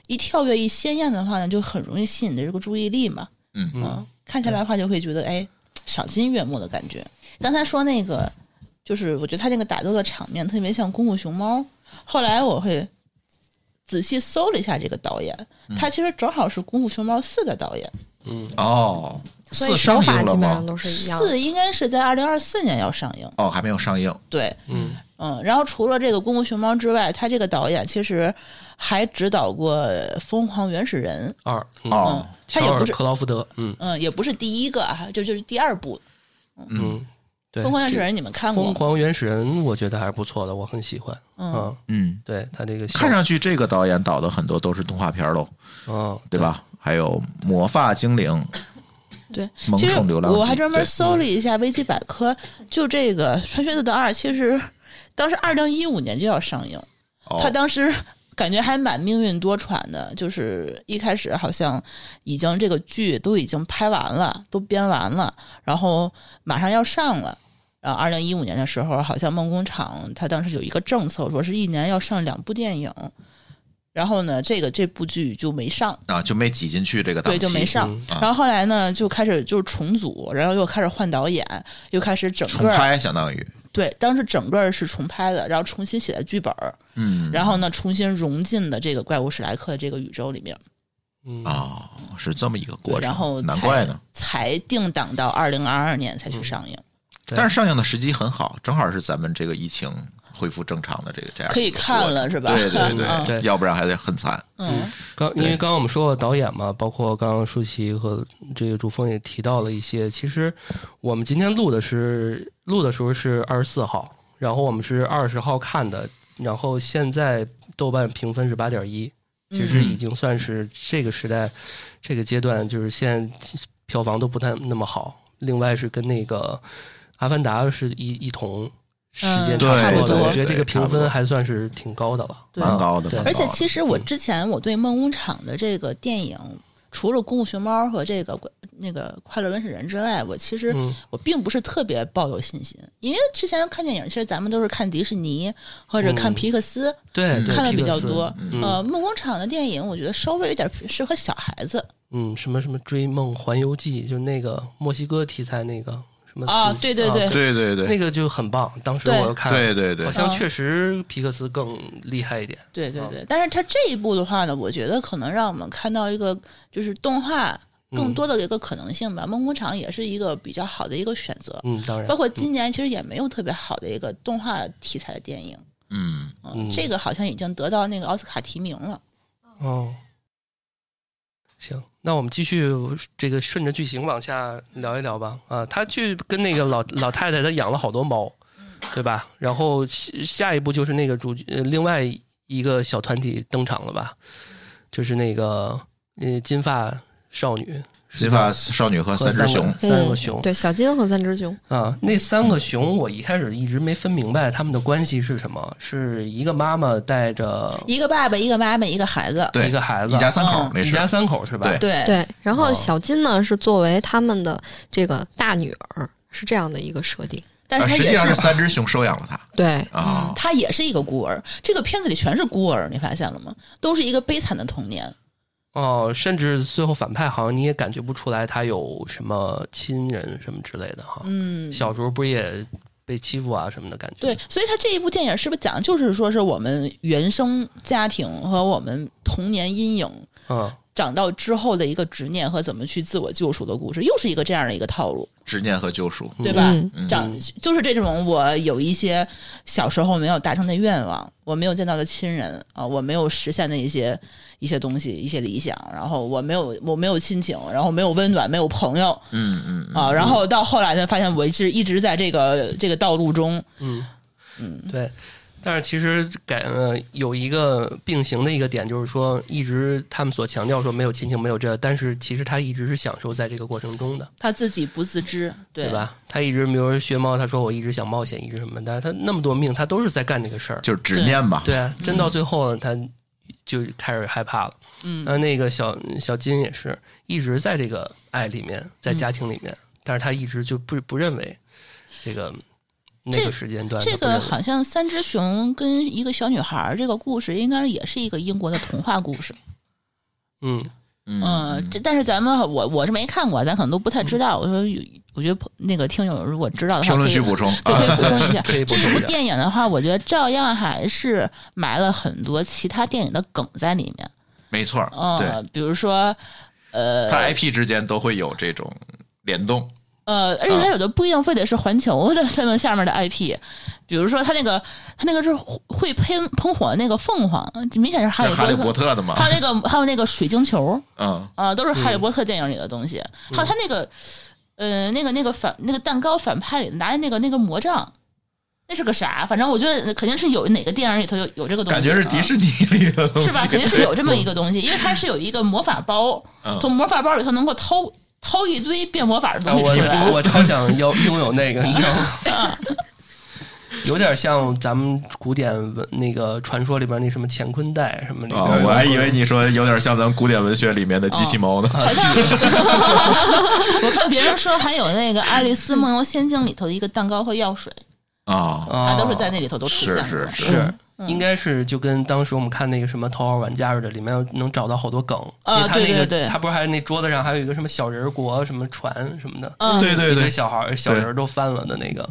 S5: 一跳跃一鲜艳的话呢，就很容易吸引的这个注意力嘛，
S2: 嗯
S5: 看下来的话就会觉得哎，赏心悦目的感觉。刚才说那个，就是我觉得它那个打斗的场面特别像《功夫熊猫》，后来我会仔细搜了一下这个导演，他其实正好是《功夫熊猫四》的导演。
S2: 哦，
S3: 所以
S2: 四
S3: 手
S2: 上
S3: 法
S2: 映了
S3: 基本上
S2: 吗？
S3: 都是一样的。
S5: 四应该是在二零二四年要上映，
S2: 哦，还没有上映。
S5: 对，
S4: 嗯
S5: 嗯，然后除了这个《功夫熊猫》之外，他这个导演其实还指导过《疯狂原始人
S4: 二嗯
S2: 哦，》，
S4: 乔
S5: 他也
S4: 尔
S5: 不是，
S4: 克劳福德，嗯
S5: 嗯，也不是第一个啊，就就是第二部
S4: 嗯，
S5: 《
S4: 对，
S5: 疯狂原始人》，你们看
S4: 疯
S5: 过？
S4: 狂原始人，我觉得还是不错的，我很喜欢。
S5: 嗯，
S4: 嗯，
S2: 嗯，
S4: 对他这个
S2: 看上去这个导演导的很多都是动画片儿喽，
S4: 嗯，
S2: 对吧？还有《魔发精灵》
S5: 对，
S2: 萌
S5: 其实
S2: 宠流浪记
S5: 我还专门
S2: 对嗯
S5: 搜了一下维基百科，就这个《穿靴子的二》，其实当时二零一五年就要上映，
S2: 哦，
S5: 他当时感觉还蛮命运多舛的，就是一开始好像已经这个剧都已经拍完了，都编完了，然后马上要上了。然后二零一五年的时候，好像梦工厂他当时有一个政策，说是一年要上两部电影。然后呢，这个这部剧就没上，
S2: 啊就没挤进去这个档
S5: 对，
S2: 期，
S5: 就没上。
S2: 啊
S5: 然后后来呢，就开始就是重组，然后又开始换导演，又开始整
S2: 重
S5: 个儿
S2: 拍，相当于，
S5: 对，当时整个儿是重拍的，然后重新写的剧本儿，
S2: 嗯，
S5: 然后呢，重新融进了这个怪物史莱克的这个宇宙里面，
S4: 嗯
S2: 哦，是这么一个过程，
S5: 然后才
S2: 难怪呢。嗯
S5: 才定档到二零二二年才去上映，
S4: 对
S2: 但是上映的时机很好，正好是咱们这个疫情恢复正常的这个这样
S5: 可以看了是吧？
S2: 对对
S5: (laughs) 嗯
S2: 对
S4: 对
S2: 要不然还得很惨。
S5: 嗯
S4: 刚因为刚刚我们说过导演嘛，包括刚刚舒淇和这个朱峰也提到了一些。其实我们今天录的是录的时候是二十四号，然后我们是二十号看的，然后现在豆瓣评分是八点一，其实已经算是这个时代、这个阶段，就是现在票房都不太那么好。另外是跟那个《阿凡达》是一一同时间
S5: 嗯
S4: 差不多的，
S5: 对
S4: 我觉得这个
S2: 对差
S4: 评
S2: 不多
S4: 分还算是挺高的了，
S5: 对
S2: 蛮高的
S4: 对
S2: 蛮高
S5: 而且
S2: 的
S5: 其实
S4: 嗯
S5: 我之前我对梦工厂的这个电影，除了《功夫熊猫》和这个那个《快乐原始人》之外，我其实
S4: 嗯
S5: 我并不是特别抱有信心，因为之前看电影，其实咱们都是看迪士尼或者看
S4: 嗯
S5: 皮克斯，
S4: 对，对
S5: 看的
S4: 皮
S5: 比
S4: 克
S5: 较
S4: 斯
S5: 多。
S2: 嗯
S5: 呃，梦工厂的电影，我觉得稍微有点适合小孩子，
S4: 嗯，什么什么《追梦环游记》，就是那个墨西哥题材那个什么
S5: 啊
S4: 死
S5: 对对对
S4: 啊
S2: 对对对
S4: 那个就很棒。当时
S5: 对嗯
S4: 我又看，
S2: 对对对
S4: 好，像确实皮克斯更厉害一点。
S5: 对对对，但是它这一部的话呢，我觉得可能让我们看到一个就是动画
S4: 嗯
S5: 更多的一个可能性吧。梦工厂也是一个比较好的一个选择，
S4: 嗯，当
S2: 哎
S4: 然
S5: 包，括今年其实也没有特别好的一个动画题材的电影，
S2: 嗯，
S4: 嗯
S5: 这个好像已经得到那个奥斯卡提名了。
S4: 哦，行，那我们继续这个顺着剧情往下聊一聊吧。啊，他去跟那个老老太太，她养了好多猫，对吧？然后下下一步就是那个主角呃另外一个小团体登场了吧？就是那个呃金发少女，
S2: 金发少女和
S4: 和
S2: 三只熊
S4: 个三个熊
S3: 嗯，对小金和三只熊，
S4: 啊，那三个熊我一开始一直没分明白他们的关系是什么，是一个妈妈带着
S5: 一个爸爸，一个妈妈，一个孩子，
S2: 对
S4: 一个孩子，
S2: 一家三口啊
S5: 嗯
S2: 那
S4: 一
S2: 是
S4: 家三口是吧？
S2: 对
S5: 对
S3: 对，然后
S4: 哦
S3: 小金呢是作为他们的这个大女儿，是这样的一个设定。
S5: 但是
S2: 啊
S5: 他
S2: 实际
S5: 也
S2: 上
S5: 是
S2: 是三只熊收养了他
S3: 对，
S5: 嗯，
S2: 啊，
S5: 他也是一个孤儿。这个片子里全是孤儿，你发现了吗？都是一个悲惨的童年。
S4: 哦，甚至最后反派好像你也感觉不出来他有什么亲人什么之类的哈。
S5: 嗯，
S4: 小时候不是也被欺负啊什么的感觉？
S5: 对，，所以他这一部电影是不是讲的就是说是我们原生家庭和我们童年阴影
S4: 嗯，
S5: 长到之后的一个执念和怎么去自我救赎的故事，又是一个这样的一个套路，
S2: 执念和救赎，
S5: 对吧？
S3: 嗯
S5: 长就是这种我有一些小时候没有达成的愿望，我没有见到的亲人啊、我没有实现的一些一些东西、一些理想，然后我没有我没有亲情，然后没有温暖，没有朋友，
S2: 嗯嗯嗯，
S5: 啊，然后到后来呢，发现我一直一直在这个这个道路中，
S4: 对，但是其实改呃有一个并行的一个点，就是说一直他们所强调说没有亲情没有这，但是其实他一直是享受在这个过程中的，
S5: 他自己不自知，对
S4: 对？吧？他一直比如说学猫，他说我一直想冒险，一直什么，但是他那么多命，他都是在干这个事儿，
S2: 就是执念吧。
S4: 对啊，真到最后他就开始害怕了。
S5: 嗯
S4: 那那个小小金也是一直在这个爱里面，在家庭里面，
S5: 嗯
S4: 但是他一直就不不认为这个那
S5: 这
S4: 个时间段
S5: 这
S4: 他不认
S5: 个
S4: 为
S5: 好像三只熊跟一个小女孩儿这个故事，应该也是一个英国的童话故事。
S4: 嗯
S5: 嗯，这但是咱们我我是没看过，咱可能都不太知道。我说有，我觉得那个听友如果知道的话，
S2: 评论区
S5: 可以
S2: 补充
S5: 就
S2: 啊，
S5: 可以补充一下。
S4: 可以补
S5: 这
S4: 充一
S5: 部
S4: 下
S5: 电影的话，我觉得照样还是埋了很多其他电影的梗在里面。
S2: 没错儿，对，
S5: 嗯，比如说，呃
S2: 它 IP 之间都会有这种联动。
S5: 呃，而且它有的不一定非得是环球的他们下面的 IP，比如说它那个它那个是会喷喷火那个凤凰，就明显是哈
S2: 那
S5: 利
S2: 哈利波
S5: 波特。
S2: 特的嘛，
S5: 还有那个，还有那个水晶球，
S2: 嗯，
S5: 啊、都是哈利波特电影里的东西。还有他那个，呃，那个那个反那个蛋糕反派里拿的那个那个魔杖，那是个啥？反正我觉得肯定是有哪个电影里头有有这个东西，啊
S2: 感觉是迪士尼里的东西，
S5: 是吧？肯定是有这么一个东西，因为它是有一个魔法包，
S2: 嗯
S5: 从魔法包里头能够掏掏一堆变魔法的
S4: 啊
S5: 东西出来。
S4: 我我超想要拥有那个，你知道吗？
S5: (laughs)
S4: 有点像咱们古典文那个传说里边那什么乾坤袋什么里边，
S2: 哦，我还以为你说有点像咱古典文学里面的
S5: 哦
S2: 机器猫呢。
S5: 好
S2: (laughs)
S5: 像我看别人说还有那个《爱丽丝梦游仙境》里头的一个蛋糕和药水，
S2: 啊，
S5: 啊，
S4: 啊
S5: 都是在那里头都出现
S2: 是
S5: 的。
S2: 是
S4: 是
S2: 是，。
S5: 嗯
S4: 应该是就跟当时我们看那个什么《头号玩家》似的，里面能找到好多梗。
S5: 啊
S4: 因为他那
S5: 对
S4: 个
S5: 对对
S4: 他不是还有那桌子上还有一个什么小人国、什么船什么的，
S5: 嗯，
S2: 对对
S4: 一堆
S2: 对，
S4: 小孩儿小人儿都翻了的那个，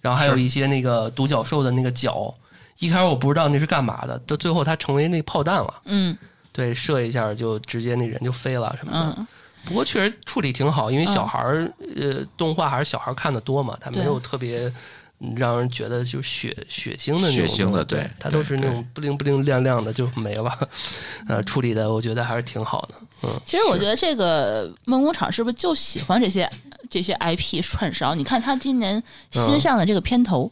S4: 然后还有一些那个独角兽的那个脚，一开始我不知道那是干嘛的，到最后它成为那炮弹了，
S5: 嗯
S4: 对，射一下就直接那人就飞了什么的。
S5: 嗯，
S4: 不过确实处理挺好，
S2: 嗯
S4: 因为小孩儿、呃动画还是小孩儿看的多嘛，它
S5: 对
S4: 没有特别。嗯让人觉得就血血腥的那种
S2: 血腥的
S4: 东西
S2: 对
S4: 它都是那种不灵不灵亮亮的就没了， (laughs) 呃，处理的我觉得还是挺好的，嗯，
S5: 其实我觉得这个梦工厂是不是就喜欢这些这些 IP 串烧？你看他今年新上的这个片头，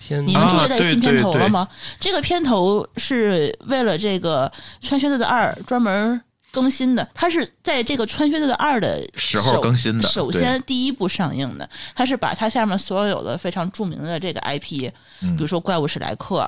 S4: 偏
S5: 你们注
S2: 啊
S5: 意到新
S2: 对
S5: 片
S2: 对
S5: 头了吗？这个片头是为了这个《穿靴子的二》专门更新的，它是在这个《穿靴子的二》的
S2: 时候更新的
S5: 首先第一部上映的，它是把它下面所有的非常著名的这个 IP，比
S2: 嗯
S5: 如说《怪物史莱克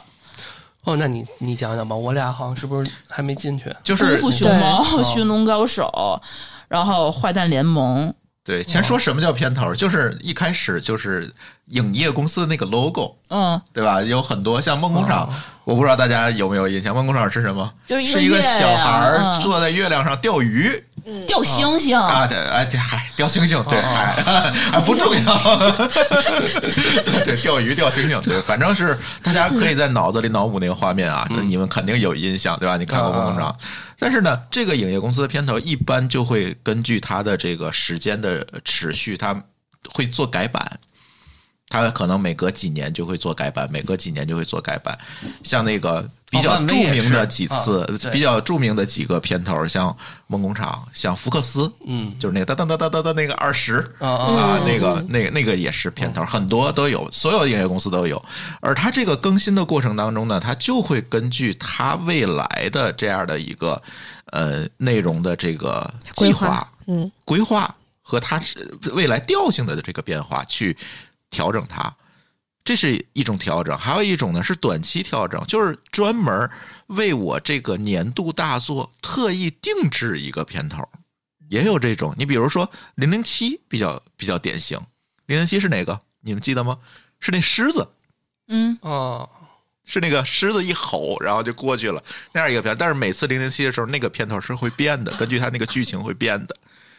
S4: 哦，那你你讲讲吧，我俩好像是不是还没进去？
S2: 就》
S5: 《功
S2: 是
S5: 夫熊
S3: 对
S5: 猫》《
S4: 哦
S5: 寻龙高手》，然后《坏蛋联盟》。
S2: 对，先说什么叫片头，就是一开始就是影业公司的那个 logo，
S5: 嗯，
S2: 对吧？有很多像梦工厂，我不知道大家有没有印象，梦工厂是什么？
S5: 哦就是
S2: 是
S5: 一
S2: 一
S5: 个
S2: 个
S5: 月亮
S2: 小孩儿
S5: 嗯
S2: 坐在月亮上钓鱼
S5: 掉星星，
S2: 啊，对，哎，对，嗨，钓星星，
S4: 哦
S2: 对，哎，哎不重要，对，钓鱼钓星星，对，反正是大家可以在脑子里脑补那个画面啊，
S4: 嗯
S2: 你们肯定有印象，对吧？你看过梦工厂，但是呢，这个影业公司的片头一般就会根据它的这个时间的持续，它会做改版。它可能每隔几年就会做改版，每隔几年就会做改版。像那个比较
S4: 哦漫
S2: 著
S4: 威也
S2: 名的
S4: 是
S2: 几
S4: 啊
S2: 次，
S4: 对
S2: 比较著名的几个片头，像梦工厂，像福克斯，
S4: 嗯
S2: 就是那个哒哒哒哒哒哒那个二十，
S4: 啊啊
S2: 啊，那个那个那个也是片头，很多都有，所有营业公司都有。而它这个更新的过程当中呢，它就会根据它未来的这样的一个呃内容的这个
S3: 规
S2: 计
S3: 划
S2: 划，
S3: 嗯，
S2: 规划和它是未来调性的这个变化去调整它。这是一种调整，还有一种呢是短期调整，就是专门为我这个年度大作特意定制一个片头，也有这种。你比如说《零零七》比较比较典型，《零零七》是哪个？你们记得吗？是那狮子，
S5: 嗯，
S4: 哦，
S2: 是那个狮子一吼，然后就过去了那样一个片。但是每次《零零七》的时候，那个片头是会变的，根据它那个剧情会变的。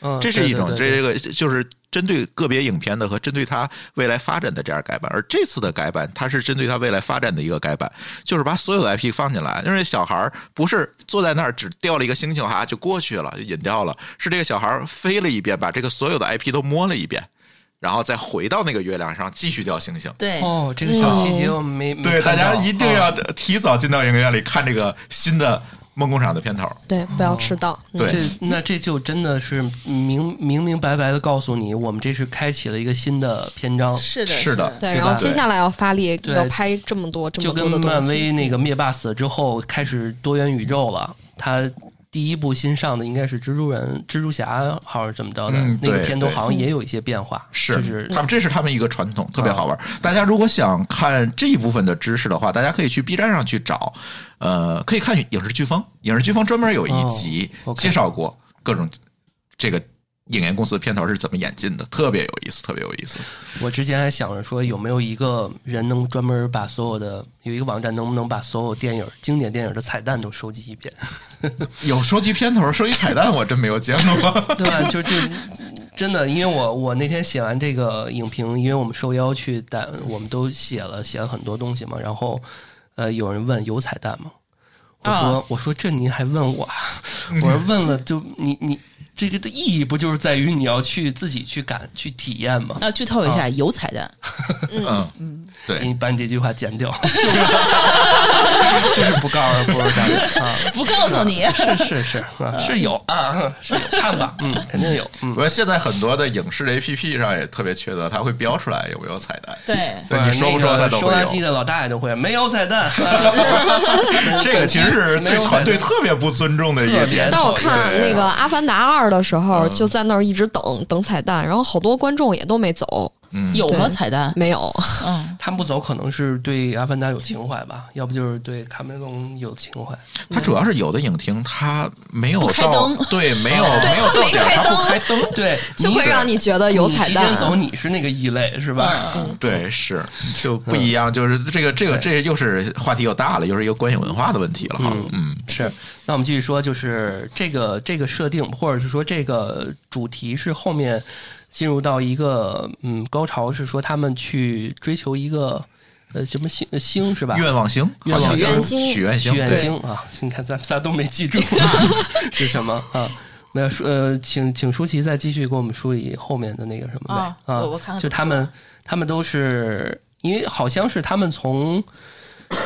S4: 嗯
S2: 这是一种，
S4: 对对
S2: 这
S4: 对
S2: 这个就是针对个别影片的和针对它未来发展的这样改版。而这次的改版，它是针对它未来发展的一个改版，就是把所有的 IP 放进来，因为小孩儿不是坐在那儿只掉了一个星星哈就过去了，就引掉了，是这个小孩儿飞了一遍，把这个所有的 IP 都摸了一遍，然后再回到那个月亮上继续掉星星。
S5: 对，
S4: 哦，这个小细节我没没
S2: 对，大
S4: 看到
S2: 家一定要
S4: 哦
S2: 提早进到影院里看这个新的梦工厂的片头。
S3: 对，不要迟到。嗯
S2: 哦对
S4: 这那这就真的是明明明白白的告诉你，我们这是开启了一个新的篇章，
S5: 是的，
S2: 是的
S5: 的，
S3: 对，
S4: 对
S3: 然
S4: 吧
S3: 后接下来要发力，
S4: 对
S3: 要拍这么多这
S4: 就
S3: 么多
S4: 跟
S3: 的
S4: 漫
S3: 东西。嗯
S4: 威那个灭霸死了之后开始多元宇宙了，他。第一部新上的应该是蜘蛛人、蜘蛛侠，好像是怎么着的？
S2: 嗯
S4: 那个
S2: 对
S4: 片头
S2: 对
S4: 好像也有一些变化，
S2: 是，
S4: 就是嗯
S2: 他们这是他们一个传统，特别好玩。大家如果想看这一部分的知识的话，大家可以去 B 站上去找，呃，可以看影视飓风，影视飓风专门有一集
S4: 哦，OK
S2: 介绍过各种这个影业公司的片头是怎么演进的，特别有意思，特别有意思。
S4: 我之前还想着说，有没有一个人能专门把所有的有一个网站，能不能把所有电影经典电影的彩蛋都收集一遍，
S2: 有收集片头、收集彩蛋，我真没有见过。
S4: (laughs) 对吧？啊就就真的，因为我我那天写完这个影评，因为我们受邀去但我们都写了写了很多东西嘛，然后呃，有人问有彩蛋吗？我说、
S5: 啊
S4: 我说这您还问我啊？ (laughs) 我说问了就你你这个的意义不就是在于你要去自己去感去体验吗？
S5: 那剧透一下，有彩蛋，
S2: 嗯对
S4: 你把你这句话剪 (laughs) 掉，就是就是不告诉不知道啊，
S5: (laughs) 不告诉你，
S4: 是是是啊，是有啊，是有看吧，嗯，肯定有，嗯
S2: 我。说现在很多的影视 APP 上也特别缺德，它会标出来有没有彩蛋。
S5: 对，
S2: 对，你说不
S4: 那
S2: 说
S4: 个
S2: 它都
S4: 收
S2: 会
S4: 垃圾
S2: 有。
S4: 的老大爷都会没有
S3: (laughs)
S4: 彩蛋，
S2: 这个其实是
S4: 没有
S2: 对
S4: 彩
S2: 团队
S4: 蛋
S2: 特别不尊重的一个
S4: 特别
S2: 点。
S4: 但
S3: 当我
S2: 讨
S3: 看
S2: 厌
S3: 那个《
S4: 啊
S3: 阿凡达二》的时候，
S2: 嗯
S3: 就在那儿一直等等彩蛋，然后好多观众也都没走，
S2: 嗯，
S5: 有吗？
S3: 对
S5: 彩蛋，
S3: 没有。
S5: 嗯，
S4: 他们不走可能是对阿凡达有情怀吧， (laughs) 要不就是对卡梅隆有情怀。
S2: 它主要是有的影厅它没有
S5: 不开
S2: 到
S5: 灯
S2: 对，没有没有
S3: 它
S2: 到
S3: 没
S2: 点儿，
S3: 开
S2: 它不
S3: 灯
S2: 开灯，
S4: (laughs) 对，
S3: 哎就会让你觉得有彩
S4: 你提前走
S3: 蛋。嗯
S4: 你是那个异类是吧？
S2: 对，是就不一样，就是这个这个这又是话题又大了，又是一个观影文化的问题了哈，嗯，
S4: 是，那我们继续说，就是这个这个设定，或者是说这个主题是后面进入到一个嗯高潮，是说他们去追求一个呃什么星呃星是吧？
S2: 愿望星，
S4: 愿望
S2: 好像
S3: 星
S2: 是许愿
S4: 许愿
S2: 对
S4: 星啊！你看咱仨都没记住啊是什么啊？那舒呃，请请舒淇再继续给我们梳理后面的那个什么呗
S5: 啊
S4: 啊！
S5: 我我看看
S4: 就他们他们都是因为好像是他们从。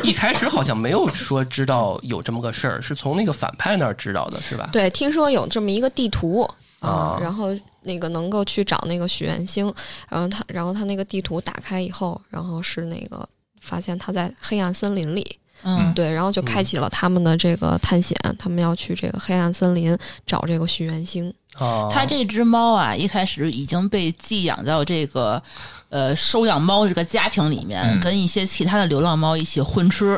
S4: 一开始好像没有说知道有这么个事儿，是从那个反派那儿知道的，是吧？
S3: 对，听说有这么一个地图
S4: 啊
S3: 啊，然后那个能够去找那个许愿星，然后他，然后他那个地图打开以后，然后是那个发现他在黑暗森林里，
S5: 嗯，
S3: 对，然后就开启了他们的这个探险，他们要去这个黑暗森林找这个许愿星。
S4: 啊，
S5: 他这只猫啊，一开始已经被寄养到这个呃收养猫这个家庭里面，
S2: 嗯
S5: 跟一些其他的流浪猫一起混吃、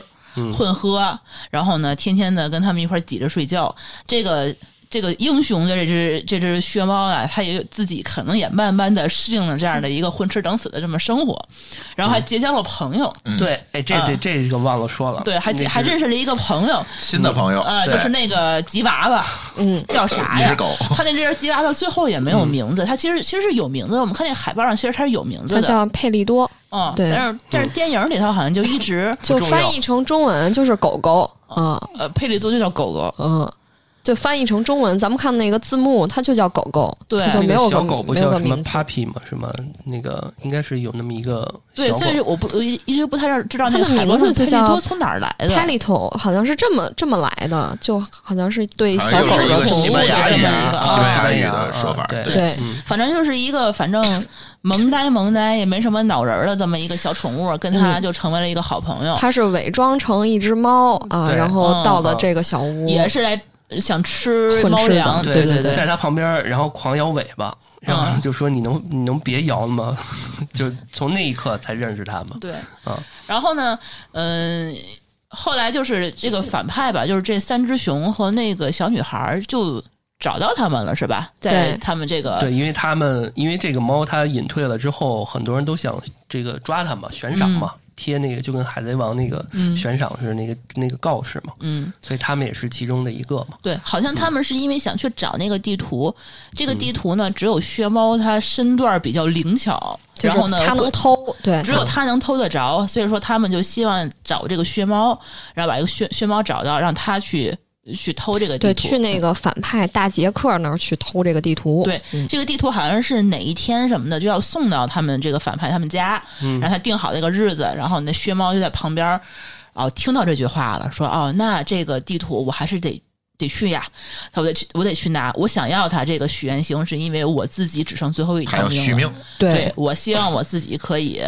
S5: 混喝，然后呢，天天的跟他们一块儿挤着睡觉。这个这个英雄的这只这只薛猫啊，它也有自己可能也慢慢的适应了这样的一个混吃等死的这么生活，然后还结交了朋友，
S4: 对，哎，这这这个忘了说了，
S5: 嗯对，还
S4: 那是
S5: 还认识了一个朋友，
S2: 新
S4: 嗯
S2: 的朋友
S5: 呃，
S4: 对
S5: 就是那个吉娃娃，
S3: 嗯，
S5: 叫啥
S2: 哦你
S5: 呀
S2: 是？狗，
S5: 他那只吉娃娃最后也没有名字，它其实其实是有名字的。我们看那海报上，其实它是有名字
S3: 它
S5: 的，
S3: 叫佩利多，
S5: 嗯，
S3: 对
S5: 但是但是电影里头好像就一直
S3: 就
S4: 重要啊
S3: 翻译成中文就是狗狗。嗯
S5: 呃，佩里多就叫狗狗，
S3: 嗯，就翻译成中文，咱们看那个字幕，它就叫狗狗，
S5: 对
S3: 它就
S4: 那
S3: 没
S4: 个
S3: 有
S4: 小
S3: 个
S4: 狗不
S3: 没有
S4: 叫
S3: 个
S4: 什么
S3: 名字。
S4: puppy 吗？什么那个应该是有那么一个
S5: 对，
S4: 小
S5: 所
S4: 狗
S5: 以我不我一一直不太知道那个
S3: 它的
S5: 海报
S3: 名
S5: 上
S3: 字就
S5: 佩里多
S3: 叫
S5: 从哪儿来的。
S3: p e l i t o 好像是这么这么来的，就好像是对小狗
S2: 好像又
S3: 的
S2: 是一个
S3: 宠
S2: 西
S3: 物
S2: 班牙
S3: 是
S2: 语
S3: 这么
S5: 一个
S2: 西班
S4: 啊
S2: 牙
S4: 西
S2: 语
S4: 班牙
S2: 的说法
S4: 啊，对
S3: 对
S4: 嗯
S5: 反正就是一个反正萌呆萌呆也没什么脑仁儿的这么一个小宠物，跟它
S3: 嗯
S5: 就成为了一个好朋友，
S3: 它是伪装成一只猫啊，
S4: 对
S3: 然
S5: 嗯
S3: 后到了这个小屋，
S5: 也是来呃想吃
S3: 混
S5: 猫
S3: 吃的
S5: 粮，
S3: 对
S5: 嗯对
S3: 对
S4: 在他旁边儿，然后狂摇尾巴，然后就说你能你能别摇吗？ (laughs) 就从那一刻才认识他们。
S5: 对，
S4: 啊
S5: 然后呢，嗯、后来就是这个反派吧，就是这三只熊和那个小女孩儿就找到他们了，是吧？在
S3: 对
S5: 他们这个
S4: 对，因为他们因为这个猫它隐退了之后，很多人都想这个抓它嘛，悬赏嘛，贴那个就跟海贼王那个
S5: 嗯
S4: 悬赏是那个、那个告示嘛，
S5: 嗯，
S4: 所以他们也是其中的一个嘛。
S5: 对，
S3: 嗯
S5: 好像他们是因为想去找那个地图，这个地图呢，只有薛猫它身段比较灵巧，
S3: 就是
S5: 然后呢，
S3: 它能偷，对，
S5: 只有他能偷得着，所以说他们就希望找这个薛猫，然后把这个薛薛猫找到，让他去去偷这个地
S3: 对
S5: 图，
S3: 去那个反派大杰克那儿去偷这个地图，
S5: 对，
S2: 嗯
S5: 这个地图好像是哪一天什么的就要
S2: 嗯
S5: 送到他们这个反派他们家，让他定好那个日子，然后那薛猫就在旁边儿啊、哦，听到这句话了，说哦，那这个地图我还是得得去呀，我得去，我得去拿。我想要它这个许愿星，是因为我自己只剩最后一
S2: 还
S5: 条
S2: 要
S5: 命
S2: 续
S5: 了。
S2: 命，
S5: 对，我希望我自己可以，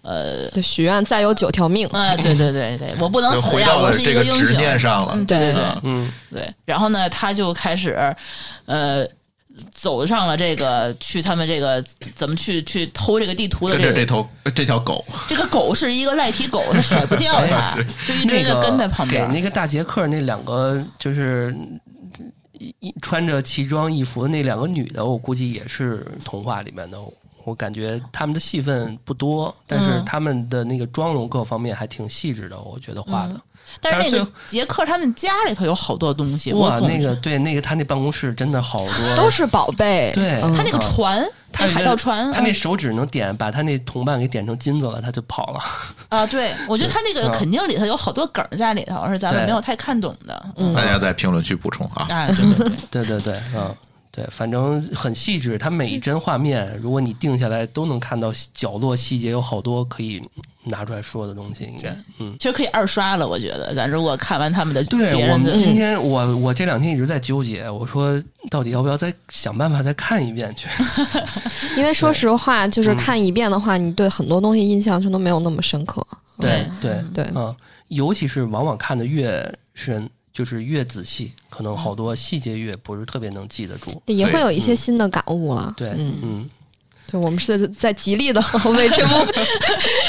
S5: 呃，
S3: 对许愿再有九条命，
S5: 啊，对对对对，我不能
S2: (laughs) 就
S5: 死
S2: 回
S5: 呀，
S2: 到
S5: 我
S2: 了
S5: 是一
S2: 这个
S5: 英
S2: 执
S5: 雄。
S2: 念上了
S5: 嗯，。对对对、
S2: 啊
S4: 嗯，
S5: 对。然后呢，他就开始，呃，走上了这个去他们这个怎么去去偷这个地图的
S2: 跟
S5: 这
S2: 着
S5: 个
S2: 这头这条狗，
S5: 这个狗是一个赖皮狗，它甩不掉它， (laughs) 就一直
S4: 那
S5: 就
S4: 个
S5: 跟在旁边。
S4: 给那个大杰克那两个就是一一穿着奇装异服的那两个女的，我估计也是童话里面的。我感觉他们的戏份不多，但是
S5: 嗯
S4: 他们的那个妆容各方面还挺细致的，我觉得画的。
S5: 但
S4: 但
S5: 是
S4: 是最
S5: 那个
S4: 后
S5: 杰克他们家里头有好多东西，
S4: 哇，
S5: 我总
S4: 那个对，那个他那办公室真的好多
S3: 都是宝贝。
S4: 对
S3: 嗯
S5: 他那个船，
S4: 他
S5: 那海盗船，嗯
S4: 他那手指能点把他那同伴给点成金子了，他就跑了。
S5: 啊，对我觉得他那个
S4: 嗯
S5: 肯定里头有好多梗在里头，是咱们
S4: 对
S5: 没有太看懂的。嗯，
S2: 大家在评论区补充啊。
S5: 啊，对对对
S4: 对对对，嗯，对，反正很细致。它每一帧画面，如果你定下来，都能看到细角落细节，有好多可以拿出来说的东西。应该，嗯，
S5: 其实可以二刷了，我觉得。咱如果看完他们的别
S4: 对我
S5: 人的
S4: 们今天，我我这两天一直在纠结，我说到底要不要再想办法再看一遍去？
S3: 因为说实话，
S2: 嗯
S3: 就是看一遍的话，你对很多东西印象就都没有那么深刻。
S4: 对对
S3: 对，
S4: 啊，尤其是往往看的越深，就是越仔细，可能好多细节越不是特别能记得住。
S3: 也
S2: 对
S3: 会有一些新的感悟了。
S4: 嗯对，
S3: 嗯，
S4: 嗯
S3: 对，我们是在极力的 (laughs) 为这部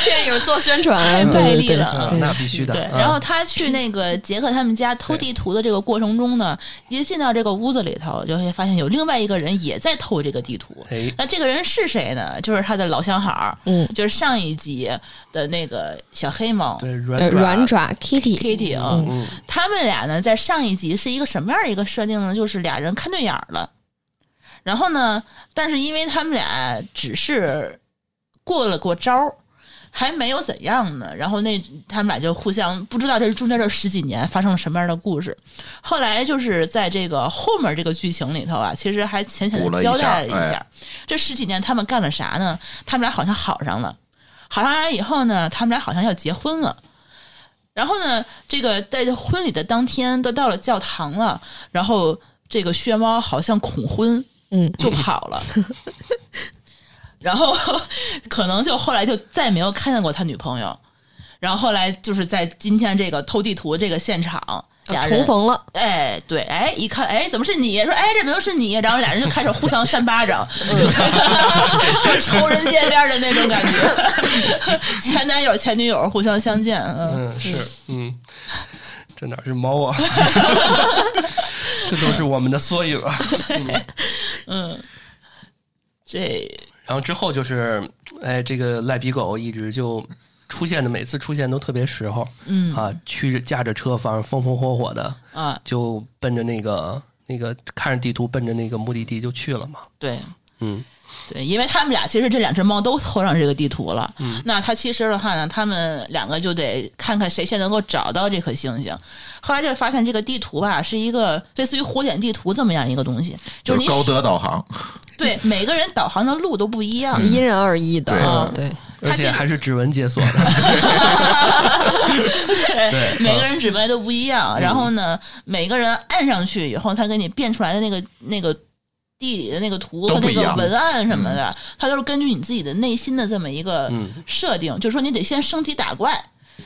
S3: 电影做宣传，
S5: 哎太卖
S3: 对
S5: 力
S3: 对嗯对
S5: 了
S4: 啊，那必须的。
S5: 对，
S4: 啊
S5: 然后他去那个杰克他们家偷地图的这个过程中呢，一进到这个屋子里头，就会发现有另外一个人也在偷这个地图。
S4: 哎，
S5: 那这个人是谁呢？就是他的老相好，
S3: 嗯，
S5: 就是上一集的那个小黑猫
S4: 对，
S3: 呃
S4: 软
S3: 软爪 Kitty，
S5: Kitty 啊、
S4: 嗯
S5: 他们俩呢，在上一集是一个什么样的一个设定呢？就是俩人看对眼儿了，然后呢，但是因为他们俩只是过了过招儿，还没有怎样呢，然后那他们俩就互相不知道这中间这十几年发生了什么样的故事。后来就是在这个后面这个剧情里头啊，其实还浅浅
S2: 补了
S5: 的
S2: 一
S5: 交
S2: 下
S5: 代了一下，
S2: 哎
S5: 这十几年他们干了啥呢？他们俩好像好上了，好上来以后呢，他们俩好像要结婚了。然后呢，这个在婚礼的当天都到了教堂了，然后这个薛猫好像恐婚
S3: 嗯，
S5: 就跑
S3: (laughs)
S5: 了，然后可能就后来就再也没有看见过他女朋友。然后后来就是在今天这个偷地图这个现场，俩人
S3: 哦呃重逢了，
S5: 哎，对，哎，一看，哎，怎么是你？说，哎，这没有是你，然后俩人就开始互相扇巴
S3: (laughs)
S5: 掌，
S3: 嗯
S5: 就开 (laughs) 始仇人见面的那种感觉，前男友前女友互相相见，嗯，
S4: 嗯，是，嗯，这哪是猫啊？ (laughs) 这都是我们的缩影啊。
S5: 这
S4: 然后之后就是，哎，这个赖皮狗一直就出现的，每次出现都特别时候，
S5: 嗯
S4: 啊，驱着驾着车，反正风风火火的，
S5: 啊，
S4: 就奔着那个那个看着地图，奔着那个目的地就去了嘛。
S5: 对。
S4: 嗯，
S5: 对，因为他们俩其实这两只猫都偷上这个地图了。嗯，那他其实的话呢，他们两个就得看看谁先能够找到这颗星星。后来就发现这个地图吧，是一个类似于火点地图这么样一个东西，
S2: 就是是
S5: 你
S2: 高德导航，
S5: 对每个人导航的路都不一
S4: 嗯
S5: 样。
S3: 因人而异的，嗯对，
S5: 它
S4: 而
S5: 其实
S4: 且还是指纹解锁的。
S3: (laughs)
S4: 对
S2: 嗯
S5: 每个人指纹都不一样。然后呢，每个人按上去以后，他给你变出来的那个那个地理的那个图
S2: 都
S5: 和
S2: 不
S5: 那
S2: 一
S5: 个
S2: 样嗯
S5: 文案什么的，它都是根据你自己的内心的这么一个
S4: 嗯
S5: 设定，就是说你得先升级打怪。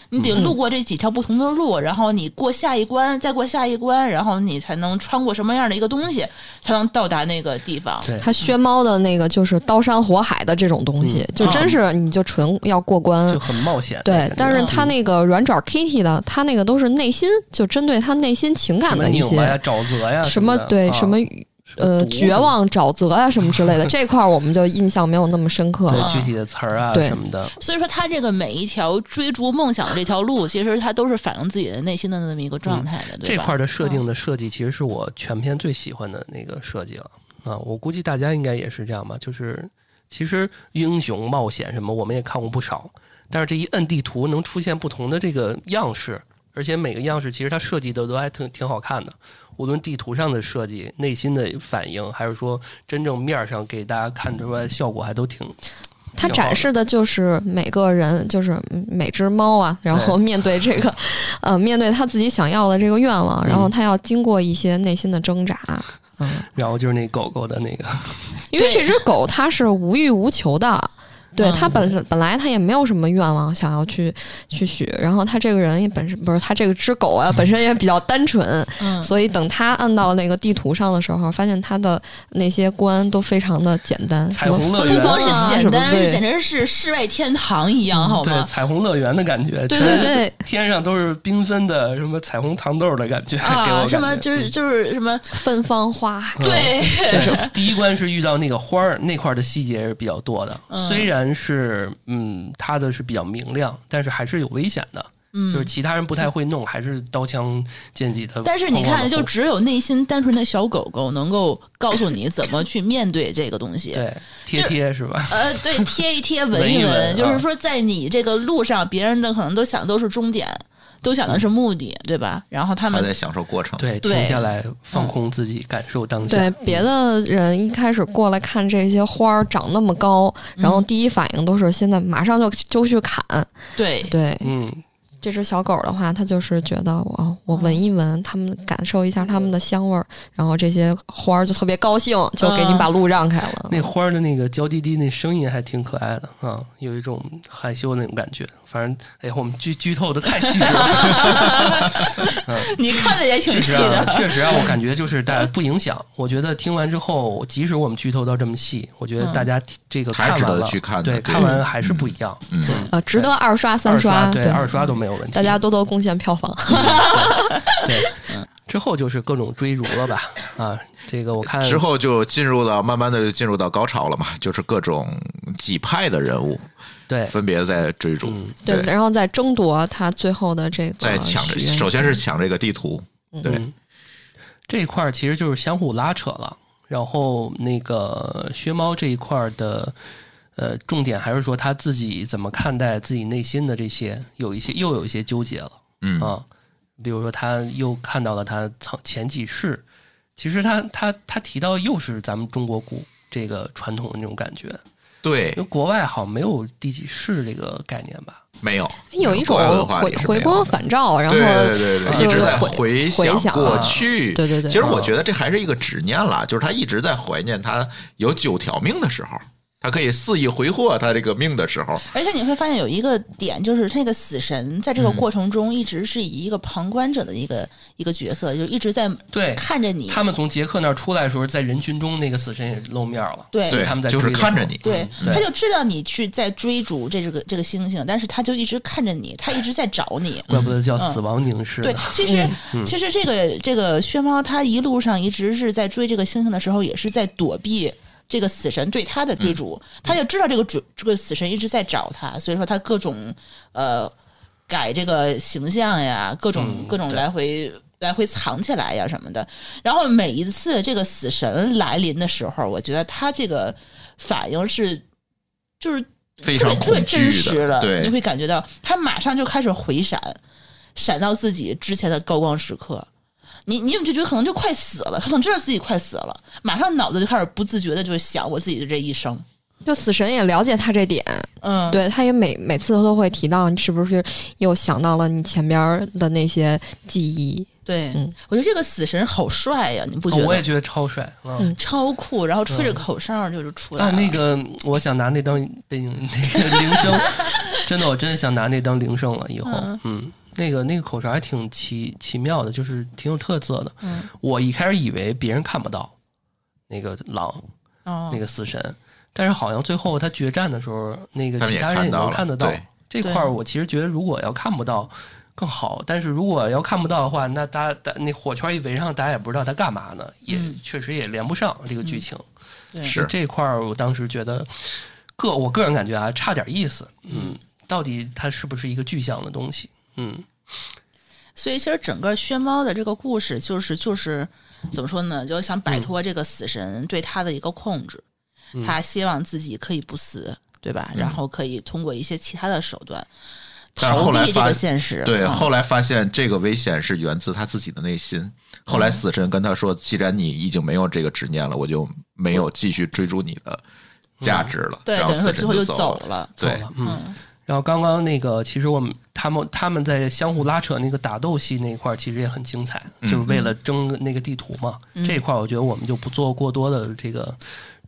S5: 你得路过这几条不同的路，然后你过下一关，再过下一关，然后你才能穿过什么样的一个东西，才能到达那个
S4: (laughs)
S5: 地方。
S4: 对，
S3: 它薛猫的那个就是刀山火海的这种东西，就真是你就纯要过关，
S4: 嗯就很冒险的
S3: 对
S4: 感觉。，啊嗯
S3: 但是它那个软爪 Kitty 的，它那个都是内心，就针对他内心情
S4: 什
S3: 感
S4: 么
S3: 的一
S4: 拧巴呀、
S3: 些
S4: 沼泽呀
S3: 什
S4: 么
S3: 么
S4: 的
S3: 对
S4: 啊
S3: 什么
S4: 什么
S3: 呃
S4: 毒
S3: 绝
S4: 什么的
S3: 望沼泽啊呀什么之类的这块儿，我们就印象没有那么深刻了。
S4: 对具体的词儿啊
S3: 对
S4: 什么的，
S5: 所以说，他这个每一条追逐梦想的这条路，其实他都是反映自己的内心的那么一个状态的，对
S4: 嗯这
S5: 吧？
S4: 块儿的设定的
S3: 嗯
S4: 设计，其实是我全片最喜欢的那个设计了啊！我估计大家应该也是这样吧，就是其实英雄冒险什么我们也看过不少，但是这一摁地图能出现不同的这个样式，而且每个样式其实它设计的都还挺挺好看的。无论地图上的设计、内心的反应，还是说真正面儿上给大家看出来的效果，还都挺
S3: 它
S4: 有
S3: 展示的就是每个人，就是每只猫啊，然后面对这个，呃，面对他自己想要的这个愿望，
S4: 嗯
S3: 然后他要经过一些内心的挣扎。嗯，
S4: 然后就是那狗狗的那个，
S3: 因为这
S5: 对
S3: 只狗它是无欲无求
S5: (laughs)
S3: 的，对
S5: 嗯
S3: 它本本来它也没有什么愿望想要去去许，然后它这个人也本身不是它这个只狗啊，本身也比较单纯，
S5: 嗯，
S3: 所以等它按到那个地图上的时候，发现它的那些关都非常的简单，
S4: 彩虹
S3: 什么
S4: 乐
S3: 风
S4: 园
S5: 不光
S3: 光啊什
S5: 是简
S3: 么
S5: 单，是简
S3: 对
S5: 直是世外天堂一样，好
S4: 对
S5: 哦吗？
S4: 彩虹乐园的感觉，
S3: 对对
S4: 全
S3: 对，
S4: 天上都是缤纷的，什么彩虹糖豆的感觉， (laughs) 嗯给我
S5: 啊，
S4: 感
S5: 什么
S4: 觉
S5: 就是就是什么，
S3: 芬芳花海。
S4: 嗯 (laughs)
S5: 对，
S4: 对，第一关是遇到那个花儿那块儿的细节是比较多的，
S5: 嗯
S4: 虽然是嗯，它的是比较明亮，但是还是有危险的，
S5: 嗯
S4: 就是其他人不太会弄，还是刀枪剑戟的。
S5: 但是你看，
S4: 哐哐地
S5: 就
S4: 轰
S5: 只有内心单纯的小狗狗能够告诉你怎么去面对这个东西。
S4: 对贴贴是吧？
S5: 呃，对，贴
S4: (laughs)
S5: 一贴，闻
S4: 闻一
S5: 闻，
S4: 闻
S5: 就
S4: 啊
S5: 是说，在你这个路上，别人的可能都想都是终点，都想的是目的，对吧？然后他
S2: 还在
S5: 们
S2: 享受过程。
S4: 对，
S5: 对
S4: 停下来放空自己，感受当下。
S3: 对，别的人一开始过来看这些花儿长那么高，然
S5: 嗯
S3: 后第一反应都是现在马上就就去砍。
S5: 对
S4: (laughs)
S3: 对，
S4: 嗯，
S3: 这只小狗的话，它就是觉得我我闻一闻，它们感受一下它们的香味儿，然后这些花儿就特别高兴，就给你把路让开了。
S4: 那花儿的那个娇滴滴那声音还挺可爱的啊，有一种害羞那种感觉。反正，哎，我们剧剧透的太细致了，
S5: 你看的也挺
S4: 确
S5: 细
S4: 实啊
S5: 的，，
S4: 确实啊，我感觉就是大家不影响。我觉得听完之后，即使我们剧透到这么细，我觉得大家听这个
S2: 还
S4: 看完
S2: 值得
S4: 了，
S2: 去看的
S4: 对，
S2: 对
S4: 看完还是不一样。
S2: 嗯，
S3: 呃，值得二刷三
S4: 二刷
S3: 对，
S4: 对二刷都没有问题。
S3: 大家多多贡献票房。
S4: 之后就是各种追逐了吧？啊，这个我看
S3: 嗯
S2: 之后就进入到慢慢的就进入到高潮了嘛，就是各种几派的人物
S4: 对
S2: 分别在追逐，
S3: 嗯对，嗯然后再争夺它最后的这个
S2: 在抢着，
S3: 许愿
S2: 首先是抢这个地图，对，
S4: 这一块儿其实就是相互拉扯了。然后那个薛猫这一块儿的，呃，重点还是说他自己怎么看待自己内心的这些，有一些又有一些纠结了
S2: 嗯，
S4: 啊。比如说，他又看到了他曾前几世，其实他他他提到又是咱们中国古这个传统的那种感觉，
S2: 对
S4: 因为，国外好像没有第几世这个概念吧？
S2: 没有
S3: 哎有一种
S2: 国外文化
S3: 回
S2: 里是没
S3: 回
S2: 有
S3: 光
S2: 的
S3: 返照，然后
S2: 对对对
S3: 就
S2: 对，一直在
S3: 回
S2: 回
S3: 回想
S2: 过
S3: 啊
S2: 去，
S3: 对对对嗯
S2: 其实我觉得这还是一个执念啦，就是他一直在怀念他有九条命的时候，他可以肆意挥霍他这个命的时候，
S5: 而且你会发现有一个点，就是那个死神在这个过程中一直是以一个旁观者的一个一个角色，就一直在
S4: 嗯对，
S5: 看着你。
S4: 他们从杰克那儿出来的时候，在人群中那个死神也露面了。
S5: 对
S2: 对，
S4: 他们在
S2: 就是
S4: 追的
S2: 看
S4: 时
S2: 着
S4: 候
S2: 你，
S5: 嗯对，
S4: 嗯对
S5: 他就知道你去在追逐这这个这个星星，但是他就一直看着你，他一直在找你。
S4: 怪不得叫
S5: 嗯
S4: 死亡凝视呢。
S5: 对，其实、
S4: 嗯
S5: 其实这个这个薛猫，它一路上一直是在追这个星星的时候，也是在躲避这个死神对它的
S4: 嗯
S5: 追逐。它就知道这个主这个死神一直在找它，所以说它各种呃改这个形象呀，各种、
S4: 嗯
S5: 各种
S4: 对
S5: 来回来回藏起来呀什么的。然后每一次这个死神来临的时候，我觉得他这个反应是就是
S2: 非
S5: 特
S2: 常
S5: 别特别真
S2: 恐惧
S5: 实
S2: 的，
S5: 了，你
S2: 对，
S5: 会感觉到他马上就开始回闪，闪到自己之前的高光时刻。你你就觉得可能就快死了，他可能知道自己快死了，马上脑子就开始不自觉的就想我自己的这一生，
S3: 就死神也了解他这点，
S5: 嗯，
S3: 对，他也每每次都会提到你是不是又想到了你前边儿的那些记忆，
S5: 对，
S3: 嗯
S5: 我觉得这个死神好帅呀，你不哦觉
S4: 啊
S5: 得？
S4: 我也觉得超帅啊！
S3: 嗯
S5: 超酷，然后吹着口哨就是出来
S4: 啊，
S5: 了，
S4: 那个我想拿那当背景 (laughs) 那个铃声，真的，我真的想拿那当铃声了。以后，嗯
S5: 嗯
S4: 那个那个口哨还挺奇奇妙的，就是挺有特色的。
S5: 嗯
S4: 我一开始以为别人看不到那个狼，
S5: 哦
S4: 那个死神，但是好像最后他决战的时候，那个
S2: 他
S4: 其
S2: 们也
S4: 他人也
S2: 看到
S4: 能
S2: 了
S4: 看得到
S2: 对。
S4: 这块儿我其实觉得，如果要看不到更好，但是如果要看不到的话，那大家大那火圈一围上，大家也不知道他干嘛呢，也
S5: 嗯
S4: 确实也连不上这个剧情。
S5: 对
S2: 是
S4: 这块儿，我当时觉得个我个人感觉啊，差点意思。嗯，到底它是不是一个具象的东西？嗯，
S5: 所以其实整个薛猫的这个故事，就是就是怎么说呢，就想摆脱这个死神对他的一个控制，他希望自己可以不死，对吧？然后可以通过一些其他的手段
S2: 但是
S5: 逃
S2: 后来
S5: 避这
S2: 发
S5: 个现实。
S2: 对，
S5: 嗯
S2: 后来发现这个危险是源自他自己的内心。后来死神跟他说：“既然你已经没有这个执念了，我就没有继续追逐你的
S6: 价值了，
S5: 对，
S6: 然后
S5: 等于
S6: 死
S5: 说
S6: 神
S5: 之后
S6: 就
S5: 走
S6: 了。
S5: 了。
S6: 对，
S5: 嗯，
S4: 然后刚刚那个，其实我们他们他们在相互拉扯那个打斗戏那一块儿，其实也很精彩，就是
S5: 嗯
S4: 为了争那个地图嘛。这一块儿我觉得我们就不做过多的这个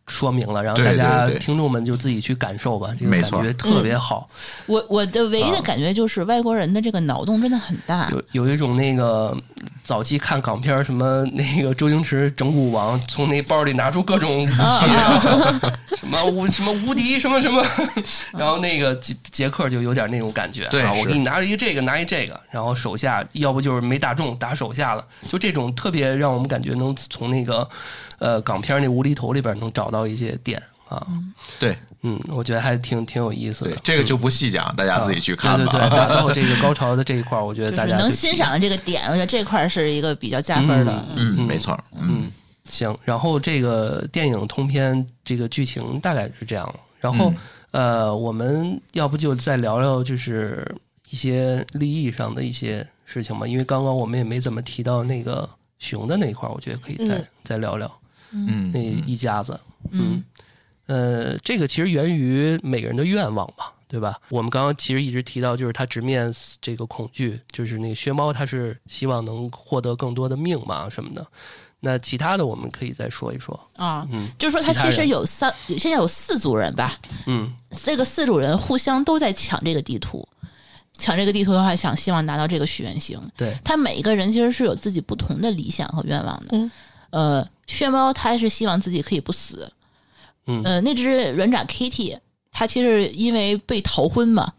S4: 说明了，然后大家
S6: 对对对
S4: 听众们就自己去感受吧，这个
S6: 没
S4: 感
S6: 错
S4: 觉特别好，
S5: 我我的唯一的感觉就是外国人的这个脑洞真的很大，
S4: 有有一种那个早期看港片儿什么 (laughs) 那个周星驰整蛊王从那包里拿出各种武器，然后 (laughs) 什么无什么无敌什么什么，然后那个杰杰克就有点那种感觉，
S6: 对
S4: 啊，
S6: 是
S4: 我给你拿一个这个，拿一这个，然后手下要不就是没打中，打手下了，就这种特别让我们感觉能从那个呃港片儿那无厘头里边能找到一些点啊，
S6: 对
S4: 嗯，我觉得还挺挺有意思的
S6: 对，，这个就不细讲，大家自己去
S4: 对
S6: 看
S4: 嗯对
S6: 吧。
S4: 对，打斗这
S6: (laughs)
S4: 个高潮的这一块儿，我觉得
S5: 就
S4: 大
S5: 是
S4: 家
S5: 能
S4: 就
S5: 欣赏的这个点，我觉得这块儿是一个比较加分的。
S6: 嗯，没错，嗯，
S4: 嗯，行。然后这个电影通篇这个剧情大概是这样了。然后、
S6: 嗯
S4: 呃，我们要不就再聊聊就是一些利益上的一些事情吧，因为刚刚我们也没怎么提到那个熊的那一块儿，我觉得可以再、
S3: 嗯
S4: 再聊聊
S6: 嗯
S4: 那一家子。嗯，呃，这个其实源于每个人的愿望嘛，对吧？我们刚刚其实一直提到，就是他直面这个恐惧，就是那个薛猫，他是希望能获得更多的命嘛什么的。那其他的我们可以再说一说。
S5: 啊，
S4: 嗯
S5: 就是说他
S4: 其他
S5: 其
S4: 人
S5: 实有三，现在有四组人吧，
S4: 嗯
S5: 这个四组人互相都在抢这个地图，抢这个地图的话，想希望拿到这个许愿星。
S4: 对，
S5: 他每一个人其实是有自己不同的理想和愿望的。
S3: 嗯，
S5: 呃，血猫他是希望自己可以不死。
S4: 嗯
S5: 呃，那只软爪 Kitty，它其实因为被逃婚嘛，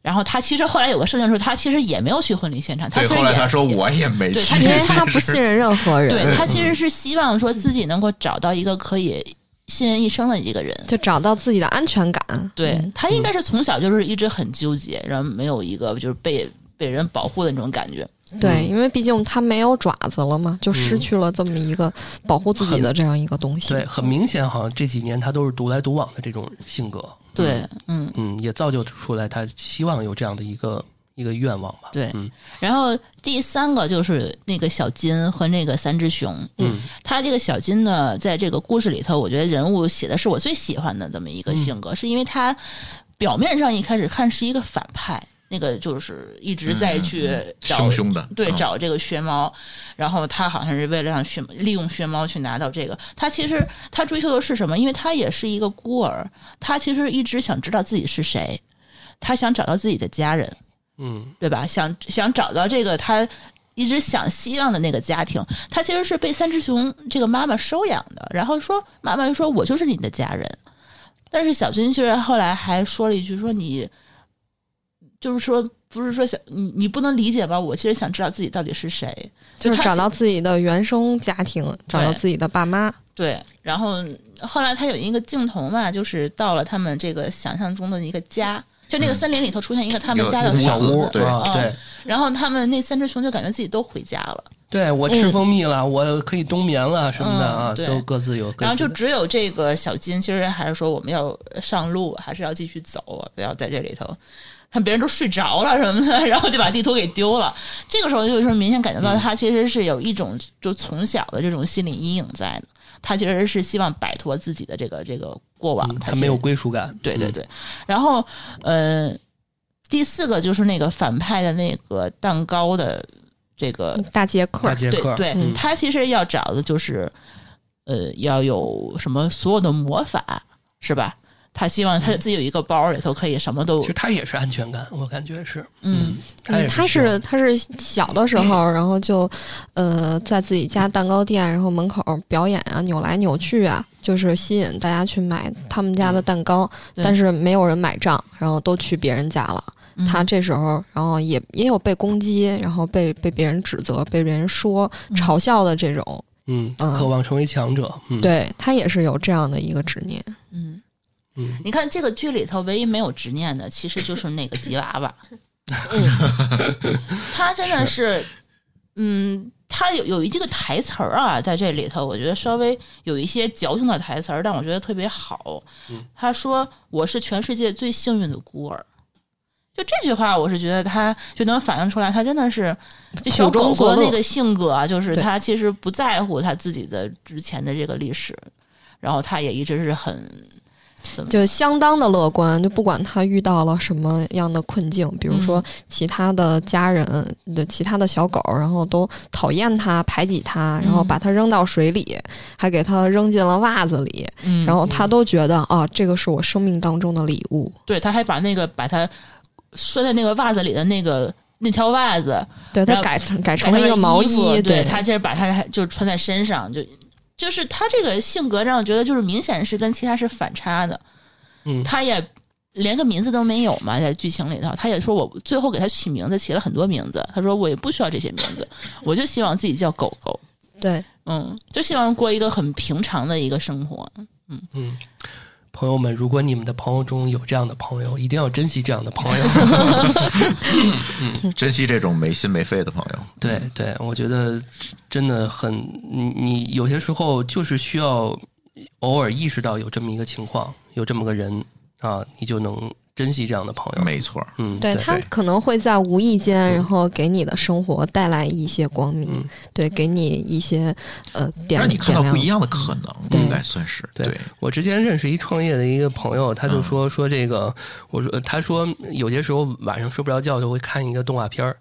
S5: 然后他其实后来有个设定说，他其实也没有去婚礼现场，他
S6: 对。
S5: 其实也
S6: 后来他嗯说我也没
S5: 对
S6: 去，
S5: 他
S3: 因
S5: 其
S3: 为
S2: (laughs)
S5: 实
S3: 他不信任任何人，
S5: 对他其实是希望说自己能够找到一个可以信任一生的一个人。
S3: 就找到自己的安全感。
S4: 嗯
S5: 对他应该是从小就是一直很纠结，然后没有一个就是被被人保护的那种感觉。
S3: 嗯对，
S4: 嗯
S3: 因为毕竟他没有爪子了嘛，就失去了这么一个保护自己的这样一个东西。
S4: 对，很明显，好像这几年他都是独来独往的这种性格。
S5: 对，嗯，
S4: 嗯，也造就出来他希望有这样的一个一个愿望吧。
S5: 对
S4: 嗯。
S5: 然后第三个就是那个小金和那个三只熊。
S4: 嗯，
S5: 他这个小金呢，在这个故事里头，我觉得人物写的是我最喜欢的这么一
S4: 嗯
S5: 个性格，是因为他表面上一开始看是一个反派，那个就是一直在去
S6: 嗯
S5: 找
S6: 凶凶的，
S2: 啊
S5: 对，
S6: 嗯
S5: 找这个薛猫，然后他好像是为了让薛利用薛猫去拿到这个。他其实他追求的是什么？因为他也是一个孤儿，他其实一直想知道自己是谁，他想找到自己的家人，
S4: 嗯
S5: 对吧？想想找到这个他一直想希望的那个家庭。他其实是被三只熊这个妈妈收养的，然后说妈妈就说我就是你的家人。但是小军其实后来还说了一句说你，就是说不是说想你你不能理解吧？我其实想知道自己到底是谁。
S3: 就是
S5: 他
S3: 找到自己的原生家庭，找到自己的爸妈。
S5: 对，然后后来他有一个镜头嘛，就是到了他们这个想象中的一个家，就那个森林里头出现一个他们
S6: 嗯有
S5: 家的
S6: 屋
S4: 小
S5: 房
S6: 子
S4: 屋
S6: 对
S4: 啊，对
S5: 然后他们那三只熊就感觉自己都回家了，
S4: 对，我吃蜂蜜了，我可以冬眠了什么的啊，
S5: 嗯对
S4: 都各自有各自的。
S5: 然后就只有这个小金，其实还是说我们要上路，还是要继续走，不要在这里头。看别人都睡着了什么的， (laughs) 然后就把地图给丢了。这个时候就是明显感觉
S4: 嗯
S5: 到他其实是有一种就从小的这种心理阴影在的。他其实是希望摆脱自己的这个这个过往，
S4: 嗯
S5: 他
S4: 他
S5: 其实
S4: 没有归属感。
S5: 对对
S4: 嗯，
S5: 对。然后呃，第四个就是那个反派的那个蛋糕的这
S4: 嗯
S5: 个，
S3: 大杰克
S4: 大，杰
S5: 对
S4: 克，
S5: 对，
S3: 嗯
S5: 他其实要找的就是呃，要有什么所有的魔法是吧？他希望他自己有一个包里头可以什么都
S4: 其实他也是安全感，我感觉是，
S5: 嗯，
S4: 他也
S3: 嗯，他
S4: 希望
S3: 是他是小的时候，然后就呃在自己家蛋糕店，然后门口表演啊，扭来扭去啊，就是吸引大家去买他们家的蛋糕，
S4: 嗯
S5: 对
S3: 但是没有人买账，然后都去别人家了。
S5: 嗯
S3: 他这时候，然后也也有被攻击，然后被被别人指责、被别人说、
S5: 嗯
S3: 嘲笑的这种，
S4: 嗯，
S3: 嗯
S4: 渴望成为强者，嗯，，
S3: 对他也是有这样的一个执念。
S5: 嗯，
S4: 嗯，
S5: 你看这个剧里头唯一没有执念的，其实就是那个吉娃
S3: (laughs)
S5: 娃，他真的是，嗯，他有有一这个台词儿啊，在这里头，我觉得稍微有一些矫情的台词儿，但我觉得特别好。
S3: 嗯
S5: 他说：“我是全世界最幸运的孤儿。”就这句话，我是觉得他就能反映出来，他真的是这小
S3: 苦中
S5: 狗狗
S3: 作乐
S5: 那个性格啊，就是
S3: 对
S5: 他其实不在乎他自己的之前的这个历史，然后他也一直是很怎么
S3: 就相当的乐观，就不管他遇到了什么样的困境，比如
S5: 嗯
S3: 说其他的家人、的其他的小狗，然后都讨厌他、排挤他，然后
S5: 嗯
S3: 把他扔到水里，还给他扔进了袜子里，
S5: 嗯
S3: 然后他都觉得啊，这个是我生命当中的礼物。
S5: 对，他还把那个把它拴在那个袜子里的那个那条袜子
S3: 对他
S5: 然后
S3: 改成改
S5: 改
S3: 成了一个毛
S5: 衣服，
S3: 对
S5: 对他其实把它还就穿在身上，就就是他这个性格让我觉得就是明显是跟其他是反差的，
S4: 嗯
S5: 他也连个名字都没有嘛，在剧情里头，他也说我最后给他起名字起了很多名字，他说我也不需要这些名字，我就希望自己叫狗狗，
S3: 对，
S5: 嗯，就希望过一个很平常的一个生活，
S4: 嗯，朋友们，如果你们的朋友中有这样的朋友，一定要珍惜这样的
S5: (laughs)
S4: 朋友。
S2: 哎 (laughs) 珍惜这种没心没肺的朋友。
S4: 对嗯对，我觉得真的很，你你有些时候就是需要偶尔意识到有这么一个情况，有这么个人啊，你就能珍惜这样的朋友。
S2: 没错，
S4: 嗯，
S3: 对他可能会在无意间，然后给你的生活带来一些光明，
S4: 嗯
S3: 对，给你一些呃点
S2: 让你看到
S3: 点
S2: 不
S3: 亮
S2: 一样的
S5: 嗯
S2: 可能，
S3: 对
S2: 应该算是
S4: 对我之前认识一创业的一个朋友，他就说、说这个，我说他说有些时候晚上睡不着觉就会看一个动画片儿，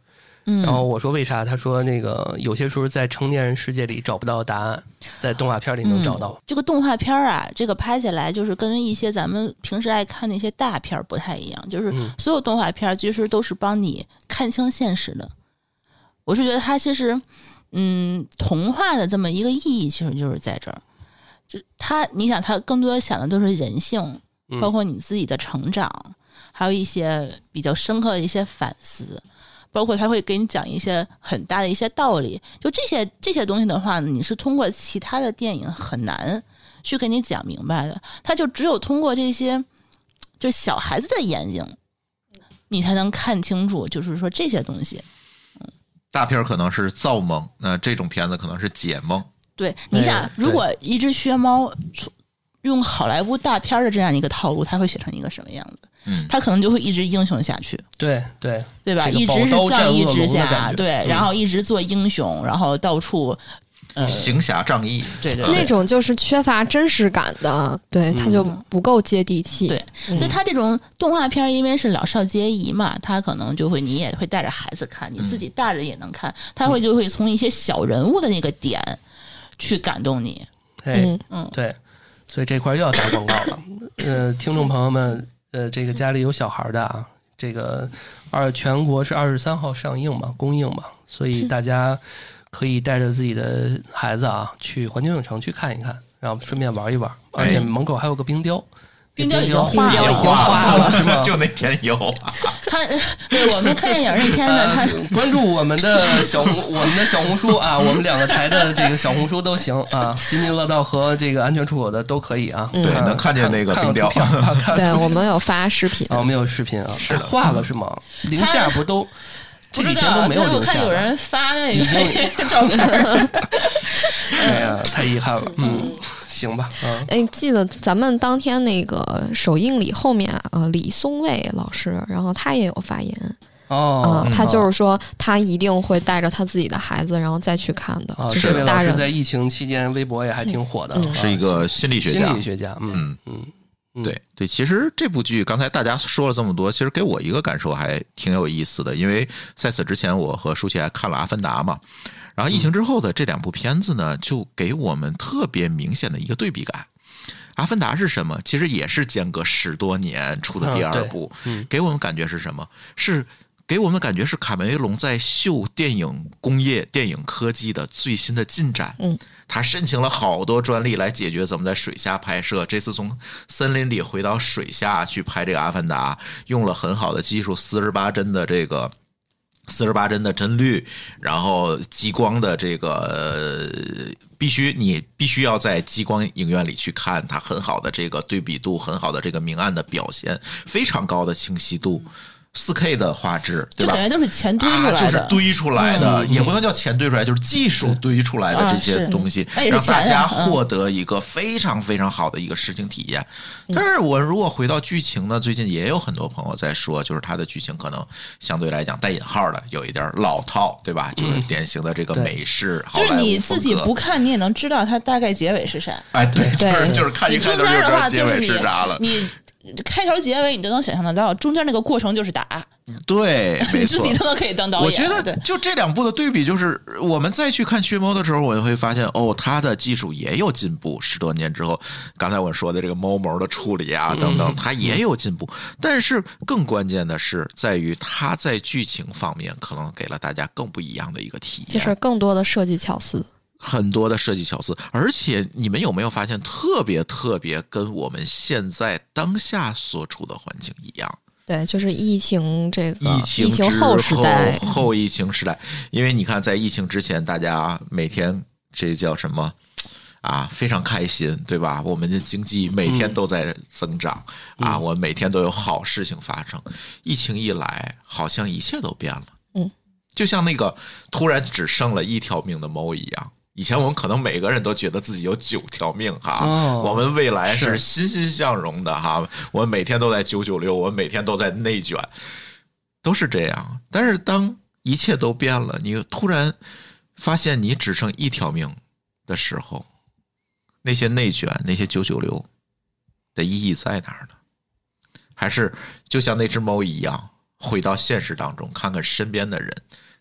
S5: 嗯，
S4: 然后我说为啥？他说那个有些时候在成年人世界里找不到答案，在动画片儿里
S5: 嗯
S4: 能找到。
S5: 这个动画片儿啊，这个拍起来就是跟一些咱们平时爱看那些大片儿不太一样，就是
S4: 嗯
S5: 所有动画片儿其实都是帮你看清现实的。我是觉得它其实，嗯，童话的这么一个意义，其实就是在这儿。就它，你想，它更多的想的都是人性，
S4: 嗯
S5: 包括你自己的成长，还有一些比较深刻的一些反思，包括他会给你讲一些很大的一些道理。就这些这些东西的话呢，你是通过其他的电影很难去给你讲明白的，他就只有通过这些，就小孩子的眼睛，你才能看清楚，就是说这些东西。
S2: 大片儿可能是造梦，那这种片子可能是解梦。
S5: 对，
S4: 对
S5: 你想，
S4: 对
S5: 如果一只薛猫出用好莱坞大片儿的这样一个套路，它会写成一个什么样子？
S2: 嗯，
S5: 它可能就会一直英雄下去，
S4: 对对，
S5: 对吧？
S4: 这个
S5: 一直
S4: 宝刀
S5: 是
S4: 战
S5: 仗义
S4: 恶
S5: 直
S4: 龙的感
S5: 下，
S4: 觉
S5: 对
S4: 嗯，
S5: 然后一直做英雄，然后到处呃，
S2: 行侠仗义，
S5: 对对
S2: 嗯
S5: 对
S3: 那。种就是缺乏真实感的，对，
S4: 嗯
S3: 他就不够接地气。
S5: 对
S3: 嗯
S5: 所以他这种动画片，因为是老少皆宜嘛，他可能就会你也会带着孩子看，你自己大人也能看，他
S4: 嗯
S5: 会就会从一些小人物的那个点去感动你。
S4: 哎，
S3: 嗯，
S5: 嗯，
S4: 对，所以这块儿又要打广告了。呃，听众朋友们，呃，这个家里有小孩儿的啊，这个二全国是二十三号上映嘛，公映嘛，所以大家可以带着自己的孩子啊，去环球影城去看一看，然后顺便玩一玩。而且
S2: 哎
S4: 门口还有个冰雕，那
S5: 冰雕已经
S4: 雕
S5: 化
S3: 了
S2: 也
S3: 已经
S2: 化？
S4: 化了是吗
S2: (laughs) 就那天有啊，
S5: 他对我们看电影那
S2: (laughs)
S5: 天呢，他
S4: 呃关注我们的小红，我们的小红书啊，我们两个台的这个小红书都行啊，津津乐道和这个安全出口的都可以啊。
S3: 嗯
S2: 对，能看见那个冰雕，
S4: 哎呃
S3: 对我们有发视频，
S4: 啊，我们有视频啊，哎化了是吗？零
S5: 他
S4: 下不都这
S5: 嗯不
S4: 几
S5: 知
S4: 天
S5: 道，
S4: 都没有
S5: 但是我
S4: 零下
S5: 看有
S4: 吧
S5: 人发那
S4: 已
S5: 个照片
S2: (laughs)
S5: 儿，
S4: 哎呀，太遗憾了。嗯，行吧，嗯，
S3: 哎，记得咱们当天那个首映礼后面，呃，李松蔚老师，然后他也有发言，
S5: 嗯
S4: 哦
S3: 啊，，他就是说他一定会带着他自己的孩子，然后再去看的，
S4: 啊，
S3: 就
S4: 这位老
S3: 大
S4: 师
S3: 人
S4: 在疫情期间微博也还挺火的，
S3: 嗯
S4: 啊
S2: (laughs) 是一个心理学
S4: 心
S2: 家
S4: 理。学家，嗯嗯，嗯
S2: 对对，其实这部剧刚才大家说了这么多，其实给我一个感受还挺有意思的，因为在此之前我和舒淇还看了《阿凡达》嘛，然后疫情之后的这两部片子呢，就给我们特别明显的一个对比感。阿凡达是什么？其实也是间隔十多年出的第
S4: 啊
S2: 二
S4: 对
S2: 部，
S4: 嗯
S2: 给我们感觉是什么？是给我们感觉是卡梅隆在秀电影工业、电影科技的最新的进展。
S3: 嗯，
S2: 他申请了好多专利来解决怎么在水下拍摄。这次从森林里回到水下去拍这个《阿凡达》，用了很好的技术，四十八帧的这个。四十八帧的帧率，然后激光的这个、呃必须你必须要在激光影院里去看，它很好的这个对比度，很好的这个明暗的表现，非常高的清晰度。四 K 的画质，对
S5: 就
S2: 吧
S5: 感？觉都是钱堆出
S2: 啊，就
S5: 来
S2: 是
S5: 的。嗯
S2: 堆出来的，也不能叫钱堆出来，就是技术堆出来的
S5: 啊
S2: 这些
S5: 是
S2: 东西，
S5: 那也是
S2: 让大
S5: 钱
S2: 家
S5: 呀嗯
S2: 获得一个非常非常好的一个视听体验。
S5: 嗯
S2: 但是我如果回到剧情呢，最近也有很多朋友在说，就是它的剧情可能相对来讲带引号的有一点老套，对吧？就是典型的这个
S4: 对
S2: 美式好
S5: 嗯就是
S2: 莱
S5: 你
S2: 坞
S5: 自
S2: 风
S5: 己不
S2: 格。
S5: 看，你也能知道它大概结尾是啥。
S2: 哎，对，就是
S3: 对
S2: 就是看一
S5: 你
S2: 开
S5: 中
S2: 头就知
S5: 间的
S2: 道
S5: 话
S2: 结
S5: 就是
S2: 尾
S5: 你
S2: 是啥了。
S5: (laughs) 你开头结尾你都能想象得到，中间那个过程就是打，
S2: 对，没
S5: 你
S2: 错，
S5: 自己都能可以当导演。
S2: 我觉得
S5: 对
S2: 就这两部的对比，就是我们再去看《血猫》的时候，我就会发现哦，它的技术也有进步。十多年之后，刚才我说的这个猫毛的处理
S5: 嗯
S2: 啊等等，它也有进步。但是更关键的是，在于它在剧情方面可能给了大家更不一样的一个体
S3: 就
S2: 验，
S3: 是更多的设计巧思。
S2: 很多的设计巧思。而且你们有没有发现，特别特别跟我们现在当下所处的环境一样？
S3: 对，就是疫情这个
S2: 疫情之
S3: 后时代，
S2: 后疫情时代，因为你看，在疫情之前，大家每天这叫什么啊？非常开心，对吧？我们的经济每天都在增长、
S3: 嗯
S2: 啊，我们每天都有好事情发生。疫情一来，好像一切都变了。
S3: 嗯，
S2: 就像那个突然只剩了一条命的猫一样。以前我们可能每个人都觉得自己有九条命哈，
S4: 哦
S2: 我们未来
S4: 是
S2: 是欣欣向荣的哈。我们每天都在九九六，我们每天都在内卷，都是这样。但是当一切都变了，你突然发现你只剩一条命的时候，那些内卷、那些九九六的意义在哪儿呢？还是就像那只猫一样，回到现实当中，看看身边的人，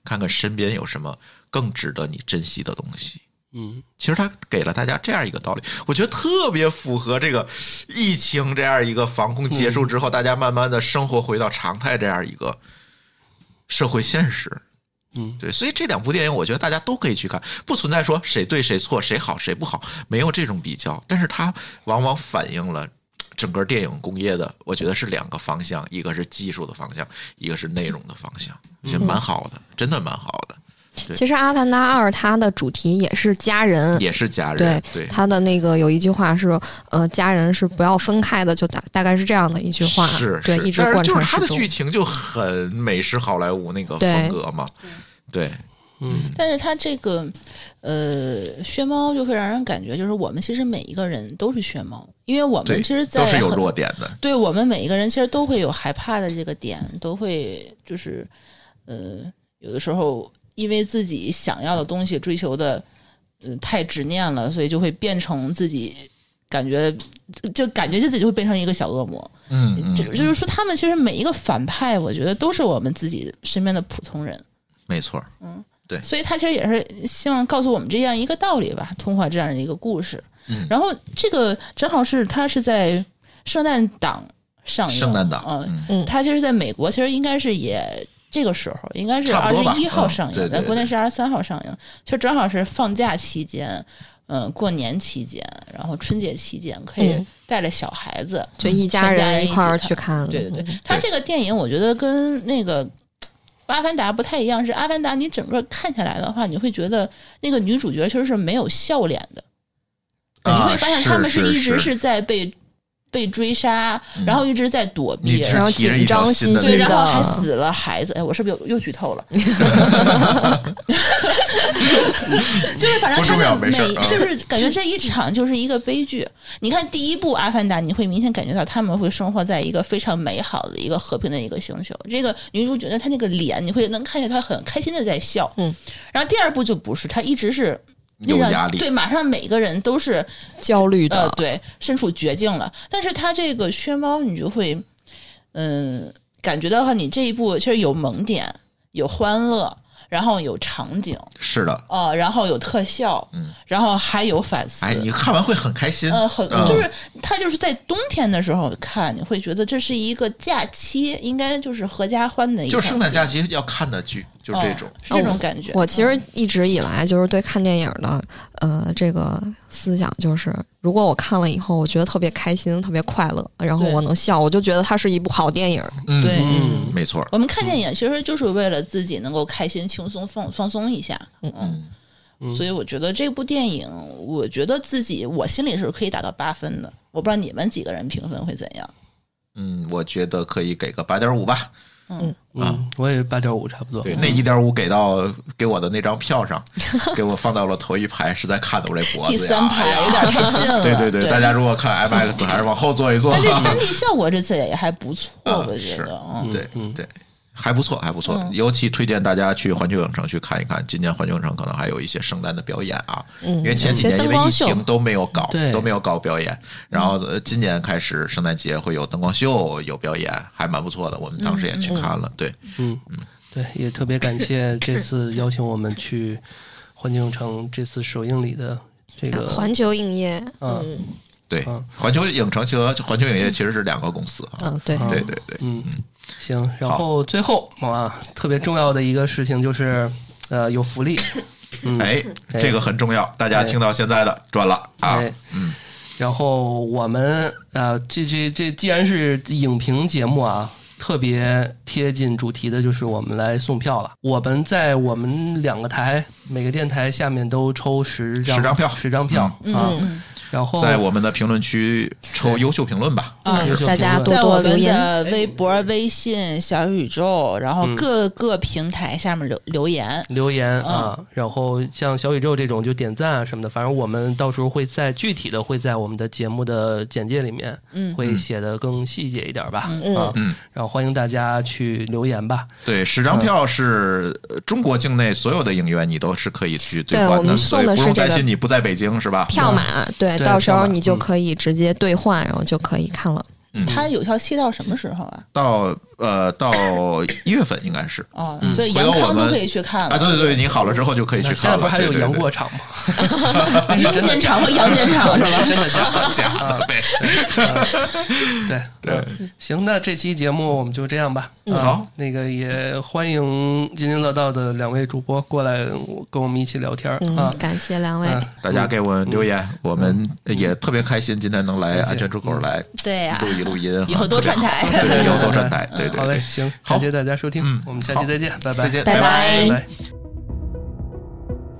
S2: 看看身边有什么更值得你珍惜的东西。
S4: 嗯，
S2: 其实他给了大家这样一个道理，我觉得特别符合这个疫情这样一个防控结束之后，大家慢慢的生活回到常态这样一个社会现实。
S4: 嗯
S2: 对，所以这两部电影，我觉得大家都可以去看，不存在说谁对谁错、谁好谁不好，没有这种比较。但是它往往反映了整个电影工业的，我觉得是两个方向，一个是技术的方向，一个是内容的方向，我觉得蛮好的，真的蛮好的，对
S3: 其实《阿凡达二》它的主题也是家人，
S2: 也是家人
S3: 对，
S2: 对，
S3: 他的那个有一句话是，呃，家人是不要分开的，就大大概是这样的一句话，
S2: 是
S3: 对，
S2: 是
S3: 一直
S2: 但是
S3: 贯
S2: 就
S3: 穿
S2: 是它
S3: 始
S2: 的
S3: 终
S2: 剧。情就很美式好莱坞那个风
S3: 对
S2: 格嘛，对，
S4: 嗯
S2: 嗯
S5: 但是它这个，呃，薛猫就会让人感觉，就是我们其实每一个人都是薛猫，因为我
S2: 对
S5: 们其实在
S2: 都是有
S5: 很
S2: 弱点的，
S5: 对我们每一个人其实都会有害怕的这个点，都会就是呃，有的时候因为自己想要的东西追求的嗯太执念了，所以就会变成自己感觉就感觉自己就会变成一个小恶魔。
S2: 嗯嗯，
S5: 这就是说，他们其实每一个反派，我觉得都是我们自己身边的普通人。
S2: 没错儿，
S5: 所以他其实也是希望告诉我们这样一个道理吧，通过这样的一个故事。
S2: 嗯
S5: 然后这个正好是他是在圣诞档上映，
S2: 圣诞档，
S5: 嗯，
S2: 嗯，
S3: 嗯
S5: 它其实在美国其实应该是也这个时候，应该是
S2: 差
S5: 二
S2: 不多
S5: 十
S2: 吧
S5: 一号上
S2: 嗯对
S5: 映，咱
S2: 对
S5: 国内
S2: 对
S5: 是二十三号上映，就正好是放假期间，嗯，过年期间，然后春节期间可以
S3: 嗯
S5: 带着小孩子，
S3: 就一家
S5: 全家人
S3: 人
S5: 一
S3: 一块儿
S5: 起
S3: 去看，
S5: 对对对
S3: 嗯，
S5: 它这个电影我觉得跟那个。阿凡达不太一样，是阿凡达，你整个看下来的话，你会觉得那个女主角其实是没有笑脸的，你
S2: 啊
S5: 会发现
S2: 是
S5: 他们
S2: 是
S5: 一直
S2: 是嗯
S5: 是在被被追杀，然后一直在躲避，
S2: 你只
S3: 然后
S2: 提着一
S3: 紧
S2: 条
S3: 张
S2: 新的
S3: 兮
S5: 对，
S3: 兮
S2: 领
S5: 然
S2: 导
S3: 的
S5: 后还死了孩子。哎，我是不是又又剧透
S3: (laughs)
S5: 了？ (laughs) 就是反正
S2: 不重
S5: 他
S2: 要没
S5: 们
S2: 事儿
S5: 每
S2: 啊
S5: 就是感觉这一场就是一个悲剧。你看第一部《阿凡达》，你会明显感觉到他们会生活在一个非常美好的一个和平的一个星球。这个女主角呢，她那个脸，你会能看见她很开心的在笑。
S3: 嗯，
S5: 然后第二部就不是，她一直是。那
S2: 有
S5: 个
S2: 压力
S5: 对，马上每个人都是
S3: 焦虑的，
S2: 啊
S5: 呃，对，身处绝境了。但是他这个薛猫，你就会，嗯，感觉到话，你这一部其实有萌点，有欢乐，然后有场景，
S2: 是的，
S5: 哦、然后有特效，
S2: 嗯，
S5: 然后还有反思。
S2: 哎，你看完会很开心，
S5: 呃，很
S2: 嗯
S5: 就是他就是在冬天的时候看，你会觉得这是一个假期，应该就是合家欢的一
S2: 就
S5: 场
S2: 圣诞假期要看的剧，就是这种
S5: 哦，是这
S3: 哦
S5: 种感觉。
S3: 我其实一直以来就是对看电影的呃这个思想，就是如果我看了以后，我觉得特别开心，特别快乐，然后
S5: 对
S3: 我能笑，我就觉得它是一部好电影。
S2: 嗯，
S5: 对
S2: 嗯没错儿，
S5: 我们看电影其实就是为了自己能够开心、轻松、放放松一下。
S2: 嗯，
S5: 所以我觉得这部电影，我觉得自己我心里是可以打到八分的。我不知道你们几个人评分会怎样？
S2: 嗯，我觉得可以给个八点五吧，
S4: 嗯，我也八点五差不多。
S5: 哦
S2: 对，那一点五给到给我的那张票上，给我放到了头一排，实在看的我这脖
S5: (laughs) 第
S2: 子呀
S5: 三，
S2: 哎
S5: 排
S2: 呀
S5: 有点太
S2: (laughs)
S5: 近了。
S2: 对对对，大家如果看 MX 还是往后坐一坐 (laughs)
S5: 但这
S2: 啊，
S5: 三 D 效果这次也还不错，
S2: 嗯
S5: 我觉
S2: 是
S5: 得。嗯
S2: 对对，还不错，还不错，尤其推荐大家去环球影城去看一看，今年环球影城可能还有一些圣诞的表演啊，
S3: 嗯
S2: 因为前几
S3: 有些灯
S2: 年因为
S3: 光
S2: 疫
S3: 秀
S2: 情都没有搞
S4: 对，
S2: 都没有搞表演，然后呃今年开始圣诞节会有灯光秀，有表演，还蛮不错的，我们当时也去看了，对，
S4: 嗯，对，也特别感谢这次邀请我们去环球影城这次首映礼的这
S3: (laughs)
S4: 个
S3: 环球影业，
S4: 嗯
S3: 嗯
S2: 对
S4: 嗯，
S2: 环球影城和环球影业其实是两个公司啊，
S3: 嗯，对，
S4: 嗯
S2: 对对对，
S4: 嗯，行，然后最后啊，特别重要的一个事情就是，呃，有福利，嗯，
S2: 哎，
S4: 哎
S2: 这个很重要，大家听到现在的赚了啊，
S4: 哎，嗯。然后我们啊，这这这既然是影评节目啊，特别贴近主题的，就是我们来送票了。我们在我们两个台每个电台下面都抽十张
S2: 十张票嗯
S4: 十张票、啊。然后
S2: 在我们的评论区抽优秀评论吧，
S5: 啊
S4: 优秀
S3: 大家
S4: 评
S3: 多
S4: 论
S5: 在我
S3: 留
S5: 们
S3: 言
S2: 哎
S5: 的微博、微信、小宇宙，然
S2: 嗯
S5: 后各个平台下面留留言。
S4: 留言啊，然后像小宇宙这种就点赞啊什么的，反正我们到时候会在具体的会在我们的节目的简介里面，
S5: 嗯
S4: 会写的更细节一点吧，
S3: 嗯
S4: 啊，然后欢迎大家去留言吧，
S2: 对，十张票是呃中国境内所有的影院你都是可以去兑
S3: 对我
S2: 换
S3: 们
S2: 的，所以
S3: 送的
S2: 不
S3: 是
S2: 用
S3: 这
S2: 担
S3: 个
S2: 心你不在北京是吧？嗯
S3: 票码，对，
S4: 对
S3: 到时
S4: 票
S3: 候
S4: 码
S3: 你就
S4: 嗯
S3: 可以直接兑换，然后就可以看了。
S2: 嗯
S5: 它有效期到什么时候啊？
S2: 到呃到一月份应该是
S5: 哦，所以
S2: 嗯回
S5: 杨
S2: 头我
S5: 康都
S2: 们
S5: 可以去看了。
S2: 啊，对对
S5: (laughs)
S2: 对，你好了之后就可以
S4: 那
S2: 去
S4: 现在
S2: 看
S4: 不
S2: 了。
S4: 是还有
S2: 对
S4: 杨
S2: 对 (laughs)
S4: 过场吗？那是真的
S5: 阴间
S4: 假
S5: 场
S4: 的
S5: 和阳间场
S2: (laughs)
S5: 是吧？
S4: 真的假的？
S2: 对假的呗，
S4: (laughs) 对
S2: 对嗯
S4: 嗯行，那这期节目我们就这样吧。啊
S2: 好，
S4: 那个也欢迎津津乐道的两位主播过来跟我们一起聊天儿
S3: 嗯
S4: 啊，。
S3: 感谢两位，
S4: 嗯
S2: 大家给我们留言，我们也特别开心，今天能来安全出口来
S5: 对呀
S2: 录，一录音，
S5: 嗯以后多
S2: 特别
S5: 串
S2: 好
S5: 台
S2: (laughs)
S4: (laughs)
S2: 对，以后多
S4: 对
S2: 串台，对对
S4: 嗯好嘞
S2: 对，，
S4: 行，
S2: 好
S4: 感谢大家收听
S2: 嗯，
S4: 我们下期
S2: 好
S4: 再见，拜拜，
S2: 再见，
S3: 拜
S4: 拜拜。